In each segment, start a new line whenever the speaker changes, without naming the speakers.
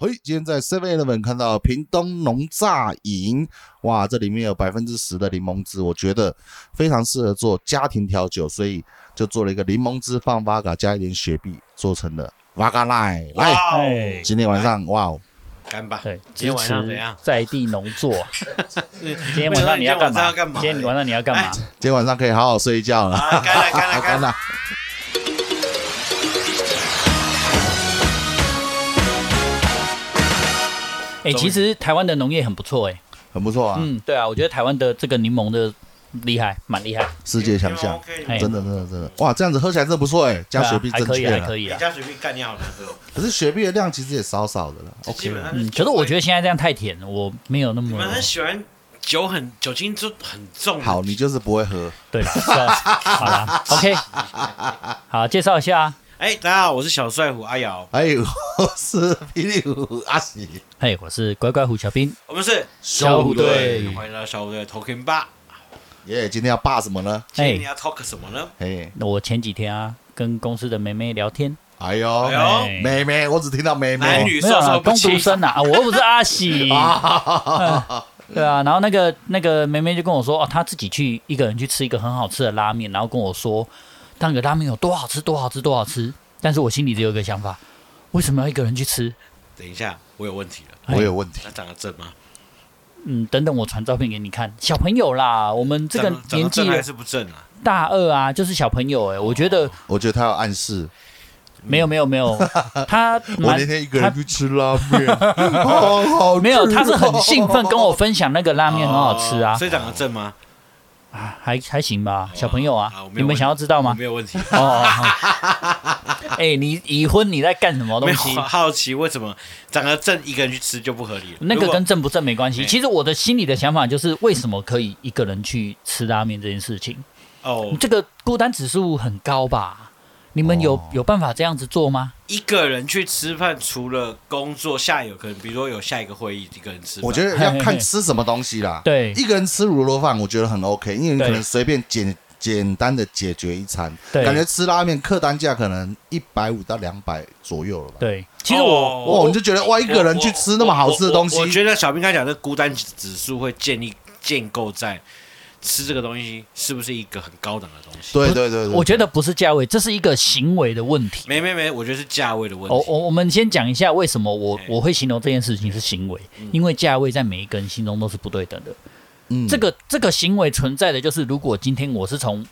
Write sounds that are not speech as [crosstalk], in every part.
嘿，今天在 Seven Eleven 看到屏东农榨饮，哇，这里面有百分之十的柠檬汁，我觉得非常适合做家庭调酒，所以就做了一个柠檬汁放 v 嘎加一点雪碧，做成了 v 嘎奶。来，
哇哦
哎
今天晚上哇哦，
干吧！
对，
今
支
天晚上怎
持
样？
在地农作。
[laughs]
今天晚上你要干嘛？今天晚上你要干
哎
嘛？哎
今天晚上可以好好睡一觉了。
啊，干了
[laughs]
干了干
干
了！
了。
哎，其实台湾的农业很不错，哎，
很不错啊，
嗯，对啊，我觉得台湾的这个柠檬的厉害，蛮厉害，
世界强项，
OK，
哎
真的真的真的，哇，这样子喝起来真的不错哎，加
对啊
雪碧
还
正
可以，
确
还
了
可，以
你
啊。
家雪碧干你好难喝。
可是雪碧的量其实也少少的了
基
，OK
本
了。
上
嗯，可是我觉
得
得现在这样太甜，我没有那
你
么
们很喜欢酒很酒精就很重。
好，你就是不会喝，
对吧？是啊好啦
[laughs]
，OK，好，介绍一下，啊
哎，大家好，我是小帅虎阿瑶，
哎呦， [laughs] 我是霹雳虎阿喜，
嘿，我是乖乖虎小兵，
我们是
小虎队
欢迎来到小虎队 Talking Bar。
耶，今天要霸什么呢？
今天
哎
你要 talk 什么呢？
嘿，
那我前几天啊，跟公司的妹妹聊天，
哎呦
哎，呦
哎
妹妹，我只听到妹
男
妹，
女
没
授
有啦，
受不
工读
亲。
生呐、啊，我又不是阿
[laughs]
喜。
啊，
嗯
对啊，然后那个那个梅梅就跟我说，哦，她自己去一个人去吃一个很好吃的拉面，然后跟我说，那个拉面有多好吃，多好吃，多好吃。但是我心里只有一个想法，为什么要一个人去吃？
等一下，我有问题了。
[laughs] 我有问题，
他长得正吗？
嗯，等等，我传照片给你看。小朋友啦，我们这个
长得长
年
得
纪
正还
的
是哦不正啊？
大二啊，就是小朋友哎、我觉得
我觉得他有暗示，
没有没有没有，他
我
蛮
那天一个人去吃拉面， [laughs] 好好
[laughs]
吃，
没有，他是很兴奋跟我分享那个拉面很好吃啊
哦，所以长得正吗？
啊还还行吧，小朋友啊
啊我，没有
你们想要知道
我
吗？
没有问题。
哦哦，哦哎，你已婚你在干什么
没
东
有啊
西？
好奇为什么长得正一个人去吃就不合理了？
那
如
个
果
跟正不正没关系。
哎
其实我的心里的想法就是，为什么可以一个人去吃拉面这件事情，
哦
这个孤单指数很高吧？你们有、
哦
有办法这样子做吗？
一个人去吃饭，除了工作，下有可能，比如说有下一个会议，一个人吃饭。
我觉得要看吃什么东西啦。
对
一个人吃卤肉饭，我觉得很 OK，因为你
对
可能随便简简单的解决一餐，
对
感觉吃拉面客单价可能一百五到两百左右了吧。
对，其实我、
哦
哇，
我
你就觉得哇，一个人去吃那么好吃的东西
我我我，我觉得小兵刚才讲的孤单指数会建立建构在吃这个东西是不是一个很高档的东西？
对对对对，
我觉得不是价位，这是一个行为的问题。
没没没，我觉得是价位的问题。
我我我们先讲一下为什么我
哎嗯
我会形容这件事情是行为，因为价位在每一个人心中都是不对等的。
嗯
这个这个行为存在的就是，如果今天我是从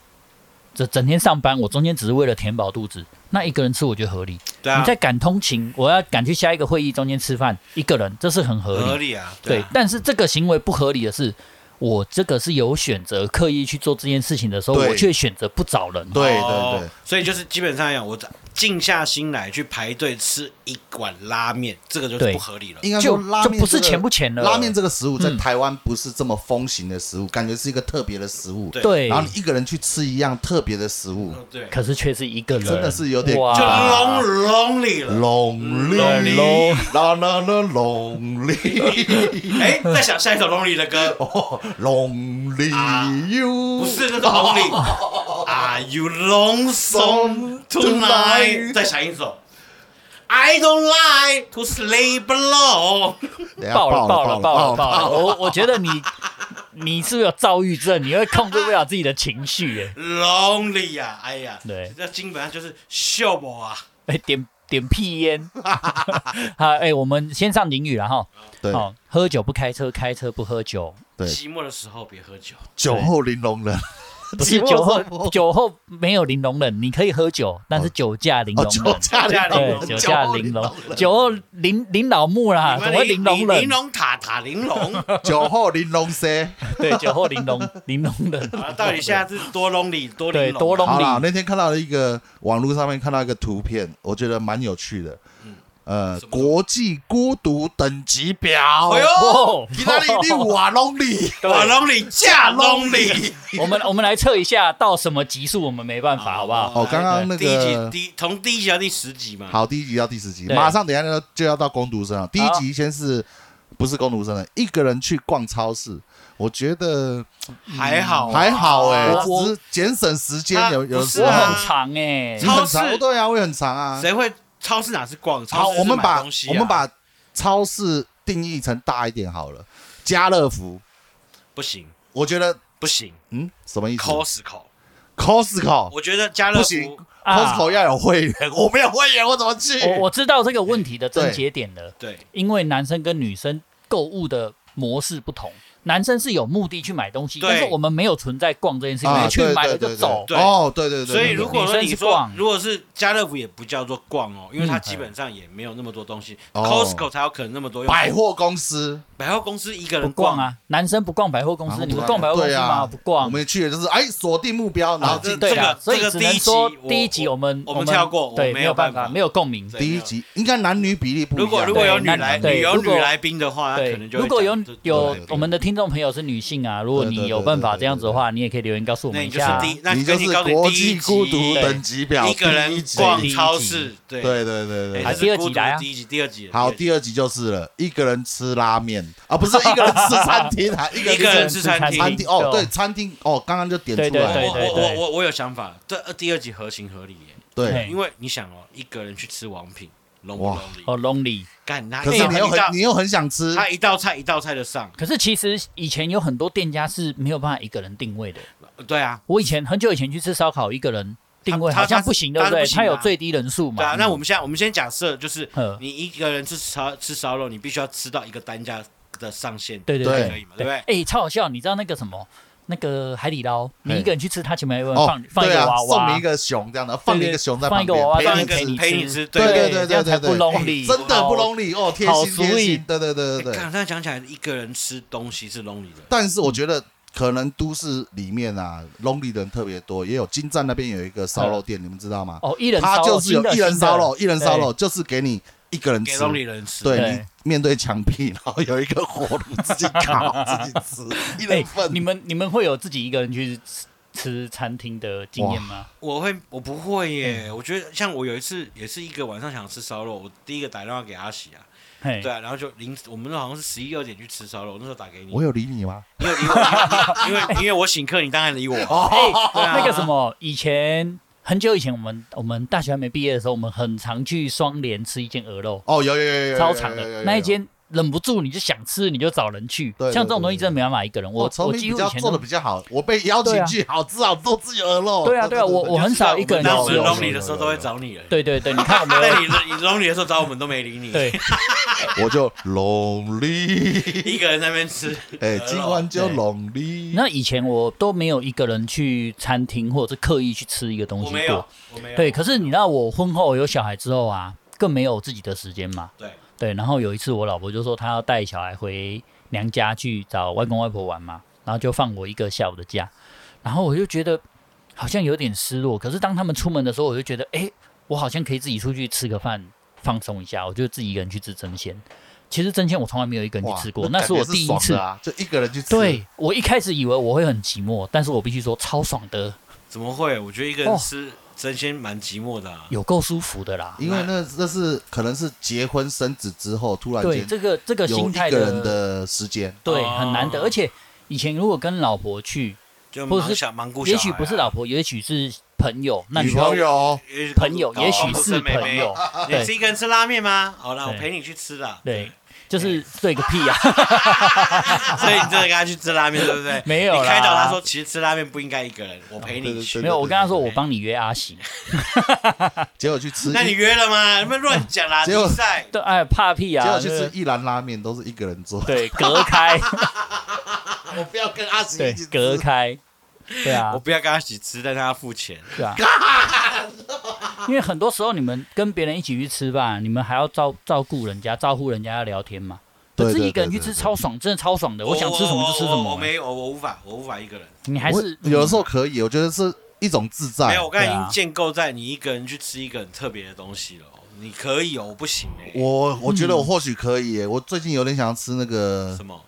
这整天上班，我中间只是为了填饱肚子，那一个人吃我觉得合理。
对啊，
你在赶通勤，我要赶去下一个会议中间吃饭，一个人这是很合理。
合理啊，
对
啊
但是这个行为不合理的是，我这个是有选择刻意去做这件事情的时候，
对
我却选择不找人。
对对
哦
对，
所以就是基本上讲，我静下心来去排队吃一碗拉面，这个就是
对
不合理了。
应该
就
说拉
就
面
不是
这个
钱不钱了
拉面这个食物在
嗯
台湾不是这么风行的食物，感觉是一个特别的食物。
对
对
然后你一个人去吃一样特别的食物
嗯对，
可是却是一个人，
真的是有点
就
啊
long lonely 了。
，lonely，啦啦啦，lonely，lonely
[laughs]
哎，在想下一首 lonely 的歌，啊
you，
不是那种 lonely。Are
哦
you lonesome tonight？再想一首。I don't like to sleep alone。
等一下
爆了
爆
爆了爆了爆了！我我觉得你 [laughs] 你是不是有躁郁症？你会控制不了自己的情绪耶？
Lonely 呀、哎呀，
对
这基本上就是秀我啊。
哎，点点屁烟， [laughs] 好哎，我们先上警语了哈。
对，
好，喝酒不开车，开车不喝酒，
对
寂寞的时候别喝酒。
酒后玲珑人，
不是
寂寞
酒后
不
酒后没有玲珑人，你可以喝酒，但是酒驾玲珑
哦，酒
人。
驾玲珑
对，
人，
酒驾玲珑，酒后玲玲老木啦，啊怎么会玲珑
玲
人？
珑塔塔玲珑
[laughs]
酒后玲珑噻。
对，酒后玲珑，玲珑人。
啊！到底现在是多 lonely 多玲
对
珑、啊？
多 lonely
好啦，那天看到了一个网络上面看到一个图片，我觉得蛮有趣的。呃，
嗯什么
国际孤独等级表。
哎呦
哦，
意大利六瓦 lonely，
对
我 lonely 嫁 lonely。
我们我们来测一下到什么级数，我们没办法，好不好？
[laughs] 哦刚刚那个
哎第一集第从第一集到第十集嘛。
好，第一集到第十集，
对
马上等一下就要到攻读生
啊
了。第一集先是不是攻读生了？一个人去逛超市，我觉得
还好啊、
还好哎、
我我
只是节省时间
他，
有有
不是
时
我
候
啊
很长哎、
你很哦
超市
长，对啊，我也很长啊。
谁会超市哪是逛？
好，
超市
我们
是买
把
东西啊
我们把超市定义成大一点好了，家乐福，
不行
我觉得
不行
嗯什么意思
，Costco，
？Costco
我觉得家乐
不行
福
啊
，Costco 要有会员，我没有会员我怎么去？啊
我我知道这个问题的症结点了，
对
因为男生跟女生购物的模式不同，男生是有目的去买东西，
对
但是我们没有存在逛这件事情，我
啊
们去
对
买了
对对
就
对
走。
对
哦，对对对，
所以
对
如果
女
说
生
你
是
说
逛
如果是家乐福也不叫做逛哦，因为它
嗯
基本上也没有那么多东西、
哦
c o s t c o 才有可能那么多。
对百货公司，
百货公司一个
不
人
逛，啊，男生不逛百货公
啊
司，你
不
们
逛
逛百货公司
对啊
吗？不逛
我。们去的就是哎锁定目标，然后
啊
这
对
这个
啊，所以
这个
只
第
能
一集
说
我
第一集我们
我们跳过我
对，
没
没
有
有
办
办
法
法，没有共鸣。
对
第一集应该男女比例不一样。
如果如果有女来
对
女有
如
女
果
来宾的话，可
对
能，就会
如果有
讲这
有
对对
我们的听众朋友是女性啊，如果
对对
你
对
有
对
办法
对
这样子的话，你也可以留言告诉我
那
们
你
一
就是
下。
第那
你就
跟
是
你告诉
国
第
际
一
孤
集
独等级表
一个
第
人
集
逛
第一
超
集
市，对
对对对对
哎
对
还
这
第二
孤
集
独
来啊
第一集第二集
好，
第
第二集就是了，一个人吃拉面啊，不是一个人吃餐厅
[laughs]
啊，一个
一个
人
人吃餐
吃
厅
餐厅哦，对，餐厅哦，刚刚就点出
二
对
来
集
了，
我
对
我我
对
我我有想法，这呃第二集合情合理耶，
对
对。
因为你想哦，一个人去吃王品，龙不
哇
龙里？
哦，lonely。
干他
可
一
是你又
一道
很你又很想吃，
他一道菜一道菜的上，
可是其实以前有很多店家是没有办法一个人定位的。
呃对啊，
我以前很久以前去吃烧烤，一个人定位
他他
好像不行，对不
他
对？
是不行的啊
他有最低人数嘛？
对啊，那我们现在我们先假设就是
嗯
你一个人吃烧吃烧肉，你必须要吃到一个单价的上限，
对对
对
可以嘛，对不对？
哎，超好笑！你知道那个什么，那个海底捞，你一个人去吃，他前面有人
哦
放，放一
对
个
啊
娃，
送你
娃
一，个熊这样的，放你一个熊在
放
旁
一个娃娃
边
放
陪
一
你吃，
个陪你
吃
吃，
对对
对
对
这
对
样才
对
不
对，
lonely
哎真的不
好
lonely 哦，贴
好
心贴
sweet
心，对对对对对。
哎刚才讲起来，一个人吃东西是 lonely 的，
但是我觉得可能都市里面啊，lonely 的人特别多，也有金站那边有一个烧肉店，你们知道吗？
哦，一人
它
烧
就
肉
是有
新的
一人
新的
烧肉，一人烧肉就是给你一个人
给
吃。
lonely 人吃，
对
对
你面对墙壁，然后有一个火炉，自己烤自己吃，一
哎
人份。
你们你们会有自己一个人去吃吃餐厅的经验吗？
我会，我不会耶。
嗯
我觉得像我有一次也是一个晚上想吃烧肉，我第一个打电话给阿喜啊，
嘿
对，啊，然后就临我们那好像是十一二点去吃烧肉，我那时候打给你，
我有理你吗？
因为因为因为因为我请客，你当然理我啊。
哎，
[laughs]
对啊
那个什么，以前很久以前，我们我们大学还没毕业的时候，我们很常去双连吃一间鹅肉，
哦，有有有有有，
超长
有有有
的
有
那一间，忍不住你就想吃，你就找人去
对。对
像这种东西真的没办法一个人，
我
我
成
我
品哦
几
比
乎以
较
前
做的
都啊
比较好，我被邀请去，好吃好做自己鹅肉。
对啊对啊，我我很少一个人
那我
吃
们
有有有
东
有
西。
lonely 的时候都会找你人，
对对对，你看
[laughs]
我们
但你你 lonely 的时候找我们都没理你，
对，
我就 lonely，
一个人在那边
[laughs]
吃， [laughs]
哎，今晚就
对
lonely。
那以前我都没有一个人去餐厅或者是刻意去吃一个东
我
西
没有啊
过。，
我
啊
没有，
对，可是你知道我婚后有小孩之后啊，更没有自己的时间嘛。
对，
对，然后有一次我老婆就说她要带小孩回娘家去找外公外婆玩嘛，然后就放我一个下午的假，然后我就觉得好像有点失落。可是当他们出门的时候，我就觉得，哎，我好像可以自己出去吃个饭，放松一下。我就自己一个人去吃蒸鲜。其实蒸鲜我从来没有一个人去
哇
吃过，
那
那
感
是我
觉
第一
爽
次。
的啊，就一个人去吃。
对我一开始以为我会很寂寞，但是我必须说超爽的，
怎么会？我觉得一个人
哦
吃真心蛮寂寞的啊。
有够舒服的啦。
因为那那是可能是结婚生子之后突然
对，
间
这个这个
有
心
一
态
个人的时间，
对
哦
很难得，而且以前如果跟老婆去，
就
或
忙
者是
想忙顾小孩
也
啊，
许不是老婆，也许是朋友，那
女
你要
朋友
也许
朋友，
搞
也
搞
许
哦不
是
生妹
朋
妹 [laughs]
友，
你是
对
一个人吃拉面吗？好啦，我
对
陪你去吃啦。
对，就是对个屁啊！？
所以你真的跟他去吃拉面，对不对
没有啦
你开导他说，其实吃拉面不应该一个人，我陪你
对对对
去
没。有，我跟他说我帮你约阿喜，
结果去吃一，
那你
结
约了吗？你们乱讲啦！
结果
比赛
对，哎，怕屁啊！
果去
就是
吃一兰拉面都是一个人做，
对，隔
[laughs]
开，
我不要跟阿喜
对
一起，吃
隔开，对啊
我，不要跟他一起吃，但是他付钱。
对啊。因为很多时候你们跟别人一起去吃饭，你们还要照照顾人家，照顾人家要聊天嘛。
对
可
对
是一个人
对
去
对
吃
对
超爽，真的超爽的。我想吃什么就吃什
我我我
么、
没有，我无法，我无法一个人。
你还
我
是嗯
有的时候可以，我觉得是一种自
没
在
有，。我刚才已
对
经
啊
建构在你一个人去吃一个很特别的东西了哦。你可以哦，我不行哎。
我我觉
嗯
得我或许可以耶，我最近有点想要吃那个
什么？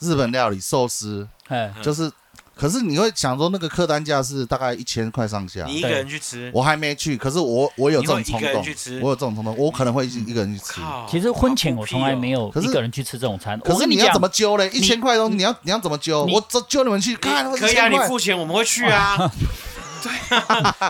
日本料理寿司，
哎，
嗯
就是，可是你会想说那个客单价是大概一千块上下，
你一个人去吃？
我还没去，可是我我有这种冲
你会一个
动
人去吃，嗯
我有这种冲动，我可能会一一个人去吃。
靠！
啊其实婚前我从来没
有。
有
可是
一个人去吃这种餐。
可
我
是
跟
你要
讲
怎么揪嘞？一千块东西，你要你要怎么揪？
你
我这揪你们去看，
可以啊，
1000
你
块
付钱我们会去啊。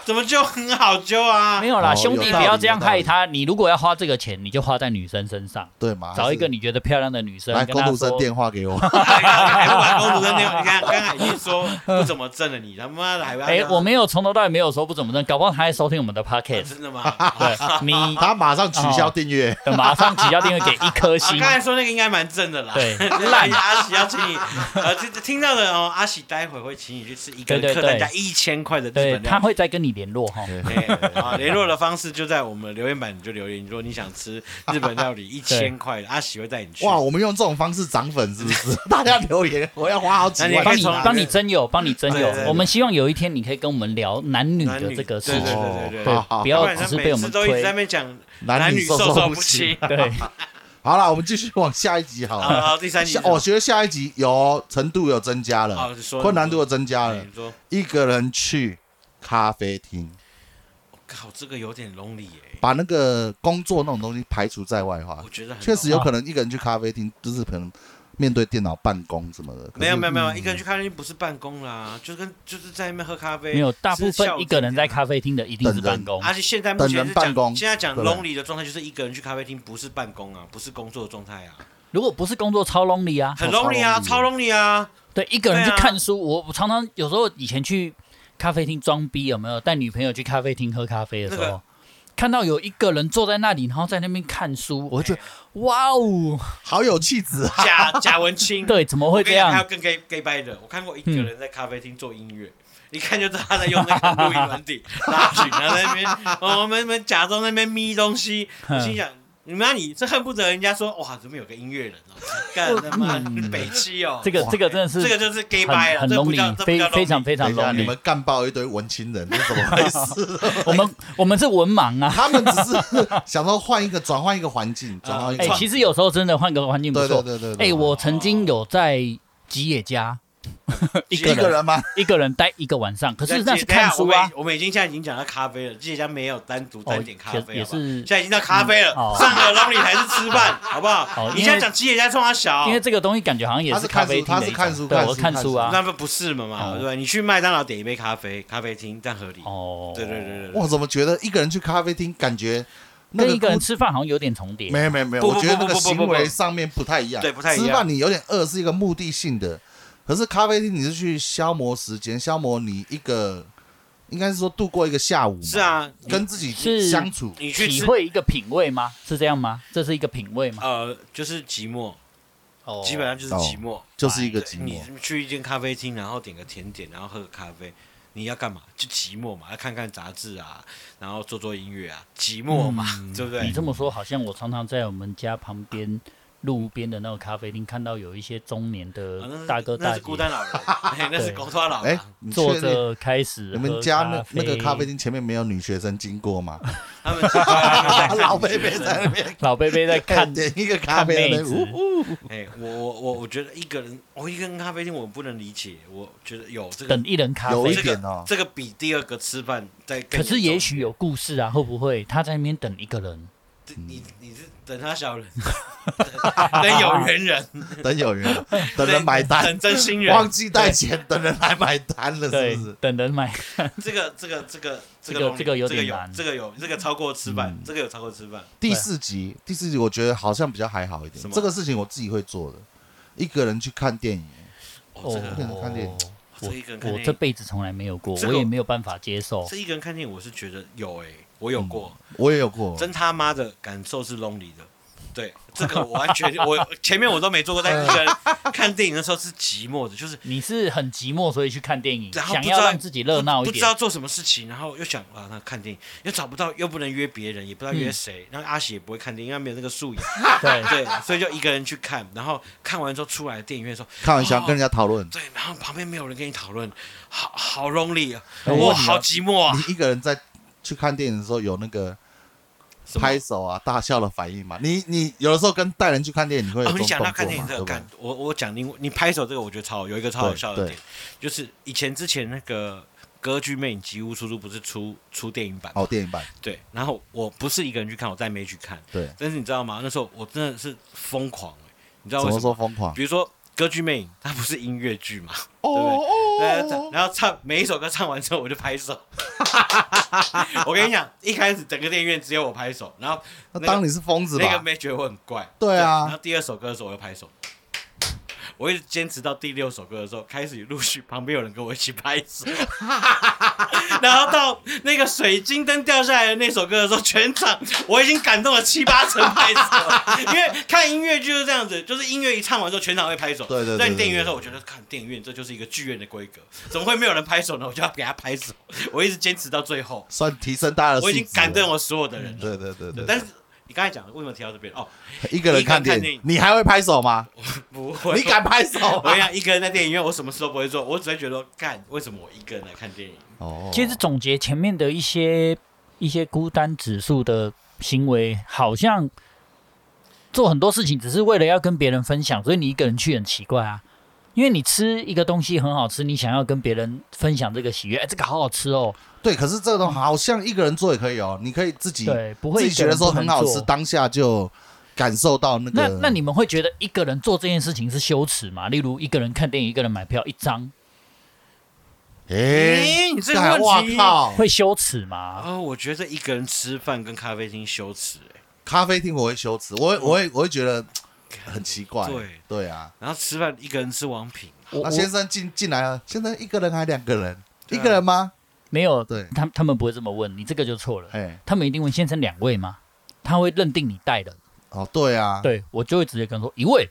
怎么就很好揪啊？
没有啦，
哦
兄
有
弟
道
不
理
要
有
这样
道理
害他。你如果要花这个钱，你就花在女生身上，
对
啊
嘛？
找一
还
个
是
你觉得漂亮的女生，
来
跟
公
她
路生
说，
电话给我，
[laughs] 哎还不把公主扔掉？你看，刚才已经说不怎么正了，你他妈的还不要
哎、
让他
我没有从头到尾没有说不怎么正，搞不好他在收听我们的 podcast，
真的吗？
对
[laughs]
你
他马上取消
哦
订阅。
马上起交订阅给一颗
啊，[laughs]
星
刚。才说那个应该蛮正的啦。 [laughs]
对
烂阿喜要请你，呃，听听到的哦，阿喜待会会请你去吃一个
对对
人客
对
单价一千块的日
对
本
他
料理。
会再跟你联络哈。
对啊，联络的方式就在我们留言板，你就留言。如果你想吃日本料理一千块的，阿喜会带你去。
哇，我们用这种方式涨粉是不是？ [laughs] 大家留言，我要花好几
那
万。
啊你可以
帮你
从哪
帮你真友，帮你真
对
友
对对。
我们希望有一天你可以跟我们聊男女
男
的
女
这个事
对对
情。
对对对
对
好好
不
不
要
然
只
他
是
每
被我
次
们
都一直在
推
那。边讲
男
男
女
女
授
授
受
受
不
不
亲
[laughs] 亲。
对，
好了，我们继续往下一集好
好，
了。
好第三集
下，哦我觉得下一集有程度有增加了
哦你，说
啊困难度有增加
哎
了
你。说，
一个人去咖啡厅，
我靠，这个有点 lonely 耶，
把那个工作那种东西排除在外的话
我，觉得
啊
很
确实有可能一个人去咖啡厅，就是可能面对电脑办公什么的。可是嗯
没有没有没有，一个人去咖啡厅不是办公啦，就跟就是在那边喝咖啡。
没有，大
吃
部分
下午
一个人在
茶
咖啡厅的一定是
等人
办公。
而且现在目前是
等人办公
讲，现在讲
对不对
lonely 的状态就是一个人去咖啡厅，不是办公啊，不是工作的状态啊，
如果不是工作超 lonely 啊，
很
哦超
lonely 啊，
lonely
超 lonely 啊，
对，一个人去
对啊
看书。我我常常有时候以前去咖啡厅装逼，有没有带女朋友去咖啡厅喝咖啡的时
那
候
个，
看到有一个人坐在那里，然后在那边看书，我就觉
哎
得哇哦，
好有气质啊！
贾贾文清，
对，怎么
我
会
跟
这
你讲，还有
样？
更 gay gay bye 的，我看过一个人在咖啡厅做音乐。一看就知道他在用那个录音软体拉群，然后在那边，哦我们我们假装在那边咪东西，我心想，你妈你这恨不得人家说，哇，怎么有个音乐人哦，干他妈你北七哦，
嗯这个这个真的是
这个就是 gay
很
bye 了，
很
这不叫
lonely，
这不
非
叫
非常
lonely
等
非常
一下，你
lonely。
们干爆一堆文青人，这怎么回事？
我
哎
们我们是文盲啊。
他们只是 [laughs] 想说换一个，转换一个环境，转换一个
哎、
环
其
境。
实有时候真的换个环境不
对
错。
对对对
哎、
对。
我曾经有在吉
[laughs]
野家一
一
个
个
人
人吗？
一个人待一个晚上，可是那
但
是
等一下
看书
我
啊
们。我们已经现在已经讲到咖啡了，这家没有单独单点咖啡，
哦
好不好
也也是
现在已经到咖啡了。
嗯哦
上个 lonely 还是吃饭，好不好？
哦因为
你现在讲吉野家冲他小，
因为这个东西感觉好像也
哦他是看
咖
书
啡厅
他
的
是
一
看
种
书
对
看
我
书
看
看
书
书
啊。
那不不是嘛嘛，
哦
对吧？你去麦当劳点一杯咖啡，咖啡厅这样合理。
哦，
对对对对对，
我怎么觉得一个人去咖啡厅，感觉那
跟
个
一个
孤
人吃饭好像有点重叠。
没有没有没有，
不
我
不
觉得
不
那个
不不
行
不不
为上面不太一样。
对不太一
吃
样
饭你有点饿是一个目的性的，可是咖啡厅你是去消磨时间，消磨你一个，应该是说度过一个下午嘛。
是，啊，
跟自己
是
相处。
你去
体
吃
会一个品味吗？是这样吗？这是一个品味吗？
呃，就是寂寞，
哦，
基本上就是寂寞，哎
就是一个寂
你
寞，
去一间咖啡厅，然后点个甜点，然后喝个咖啡，你要干嘛？就寂寞嘛，要看看杂志啊，然后做做音乐啊，寂寞嘛，对不对？
你这么说，好像我常常在我们家旁边路边的那个咖啡厅看到有一些中年
啊那
的
是
大哥
那
大
是
姐
孤单老人，嘿那是
对
孤单老人
哎
啊。，
你
坐
确定
着开始
你
喝
们家那那个咖啡
厅，
厅前面没有女学生经过
[laughs]
吗？
他们是他
[laughs]
们
老贝贝在那边
老贝贝在
[laughs]
看
点一个咖
看
啡
妹
在那边，
子
呜，
[laughs] 哎，我我我我觉得一个人，我一个人咖啡厅我不能理解，我觉得有这个
等一人咖
有
啡
一。点哦
这个这个比第二个吃饭在更
可
严重。
是也许有故事啊，会不会他在那边等一个人？
你你是等他小人， [laughs] 等等有缘人，
[laughs]
等有
[laughs]
人，等人买单，
等真心
忘
人。
记带钱，等人来买单了，
对
是不是，？
等人买。
这个这个这个这
这个
个
这个有
这个
点
有
难
这个有这个超过吃饭，
嗯
这个有超过吃饭。
第四集，第四集我觉得好像比较还好一
什
点。
么
这个事情我自己会做的，一个人去看电影，
哦，这个
个看电影
这个一个人看
我
电影
这辈子从来没有过，
这
我
个
也没有办法接受。
这一个人看电影，我是觉得有哎，我有过。
我也有
嗯
过，
真他妈的感受是 lonely 的。对，这
[laughs]
个我完全我前面我都没做过，
嗯
但一个人看电影的时候是寂寞的，就是
你是很寂寞，所以去看电影，
然后
想
不知
要
道
让自己热闹一
不知
点。
道做什么事情，然后又想啊，那看电影又找不到，又不能约别人，也不知道约
嗯
谁，然后阿喜也不会看电影，因为他没有那个素
[laughs]
养， [laughs]
对，
对，所以就一个人去看，然后看完之后出来电影院说，
看完想跟人家讨论。
对，然后旁边没有人跟你讨论，好好 lonely，啊
哎
哇，
我问你哦
好寂寞啊，
你一个人在去看电影的时候有那个
什么
拍手啊、大笑的反应嘛？你你有的时候跟带人去看电影，你会有这
哦，你
种
讲
动
到看电
作
影
嘛？
这
对
个，
吧
感？我我讲另外你拍手这个，我觉得超好有一个超好
对
笑的
对
点，就是以前之前那个歌剧魅影吉屋出租不是出出电影版吗
哦，电影版
对，然后我不是一个人去看，我带妹去看，
对，
但是你知道吗？那时候我真的是疯狂、欸、你知道
怎
为
么
什
说
么？
疯狂？
比如说歌剧魅影》它不是音乐剧嘛？
哦
然
哦
后，然后唱每一首歌唱完之后，我就拍手。 [laughs] 我跟你讲，一开始整个电影院只有我拍手，然后
那当你是疯子
那个
吧？
妹觉得我很怪，
对啊
然后第二首歌的时候我就拍手，我一直坚持到第六首歌的时候，开始陆续旁边有人跟我一起拍手， [laughs] 然后到那个水晶灯掉下来的那首歌的时候，全场我已经感动了七八成拍手了，
[laughs]
因为看音乐剧就是这样子，就是音乐一唱完之后，全场会拍手。
对对对
在
对
电影
对
院的时候，我觉得看电影院这就是一个剧院的规格，怎么会没有人拍手呢？我就要给他拍手，我一直坚持到最后，
算提升大家的素
我
质了
已经感动我所有的人了。
对对对对，
但是你刚才讲的为什么提到这边？哦，
一个人看
一个人
电
看电
影
影，
你还会拍手吗？
不会，
你敢拍手
我跟
吗
你？讲，一个人在电影院，我什么事都不会做，我只会觉得干，为什么我一个人来看电影？
哦，
其实总结前面的一些一些孤单指数的行为，好像做很多事情只是为了要跟别人分享，所以你一个人去很奇怪啊。因为你吃一个东西很好吃，你想要跟别人分享这个喜悦，哎，这个好好吃哦，
对，可是这个东西好像一个人做也可以哦，你可以自己
对，不会
自己
一个
觉得
人
说
不能
很好吃，
做
当下就感受到那
那
个。
那你们会觉得一个人做这件事情是羞耻吗？例如一个人看电影，一个人买票一张，
诶，
你这
干
个
哇
问题，
靠，
会羞耻吗？
啊，我觉得一个人吃饭跟咖啡厅羞耻、欸，
咖啡厅我会羞耻，我会我会我会觉得很奇怪。
对
对啊，
然后吃饭一个人吃王品，
我
那
我
先生进进来了，先生一个人还两个人？
对
一
啊
个人吗？
没有，
对
他他们不会这么问你，这个就错了。
哎，
他们一定问先生两位吗？他会认定你带人。
哦，对啊，
对我就会直接跟他说一位。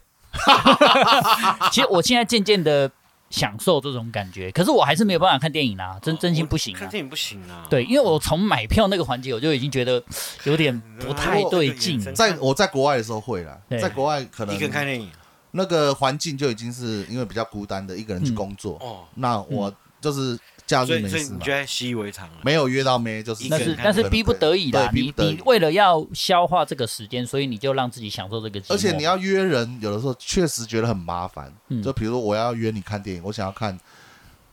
其实我现在渐渐的享受这种感觉，可是我还是没有办法看电影啦、真真心不行
哦我看
啊。
电影不行啊。
对，因为我从买票那个环节，我就已经觉得有点不太对劲。
在我在国外的时候会啦，
对
在国外可
一个人
能
看电影，
那个环境就已经是因为比较孤单的一个人去
嗯
工作，
哦，
那我就是假
所
日
以
没
所以
事
你
嘛
就，在习以为常了。
没有约到妹就是
一个
那
人
是
看
那
电
是逼不得已的，
对逼
你
不得已
你为了要消化这个时间，所以你就让自己享受这个寂寞。
而且你要约人，有的时候确实觉得很麻烦。
嗯
就比如说我要约你看电影，我想要看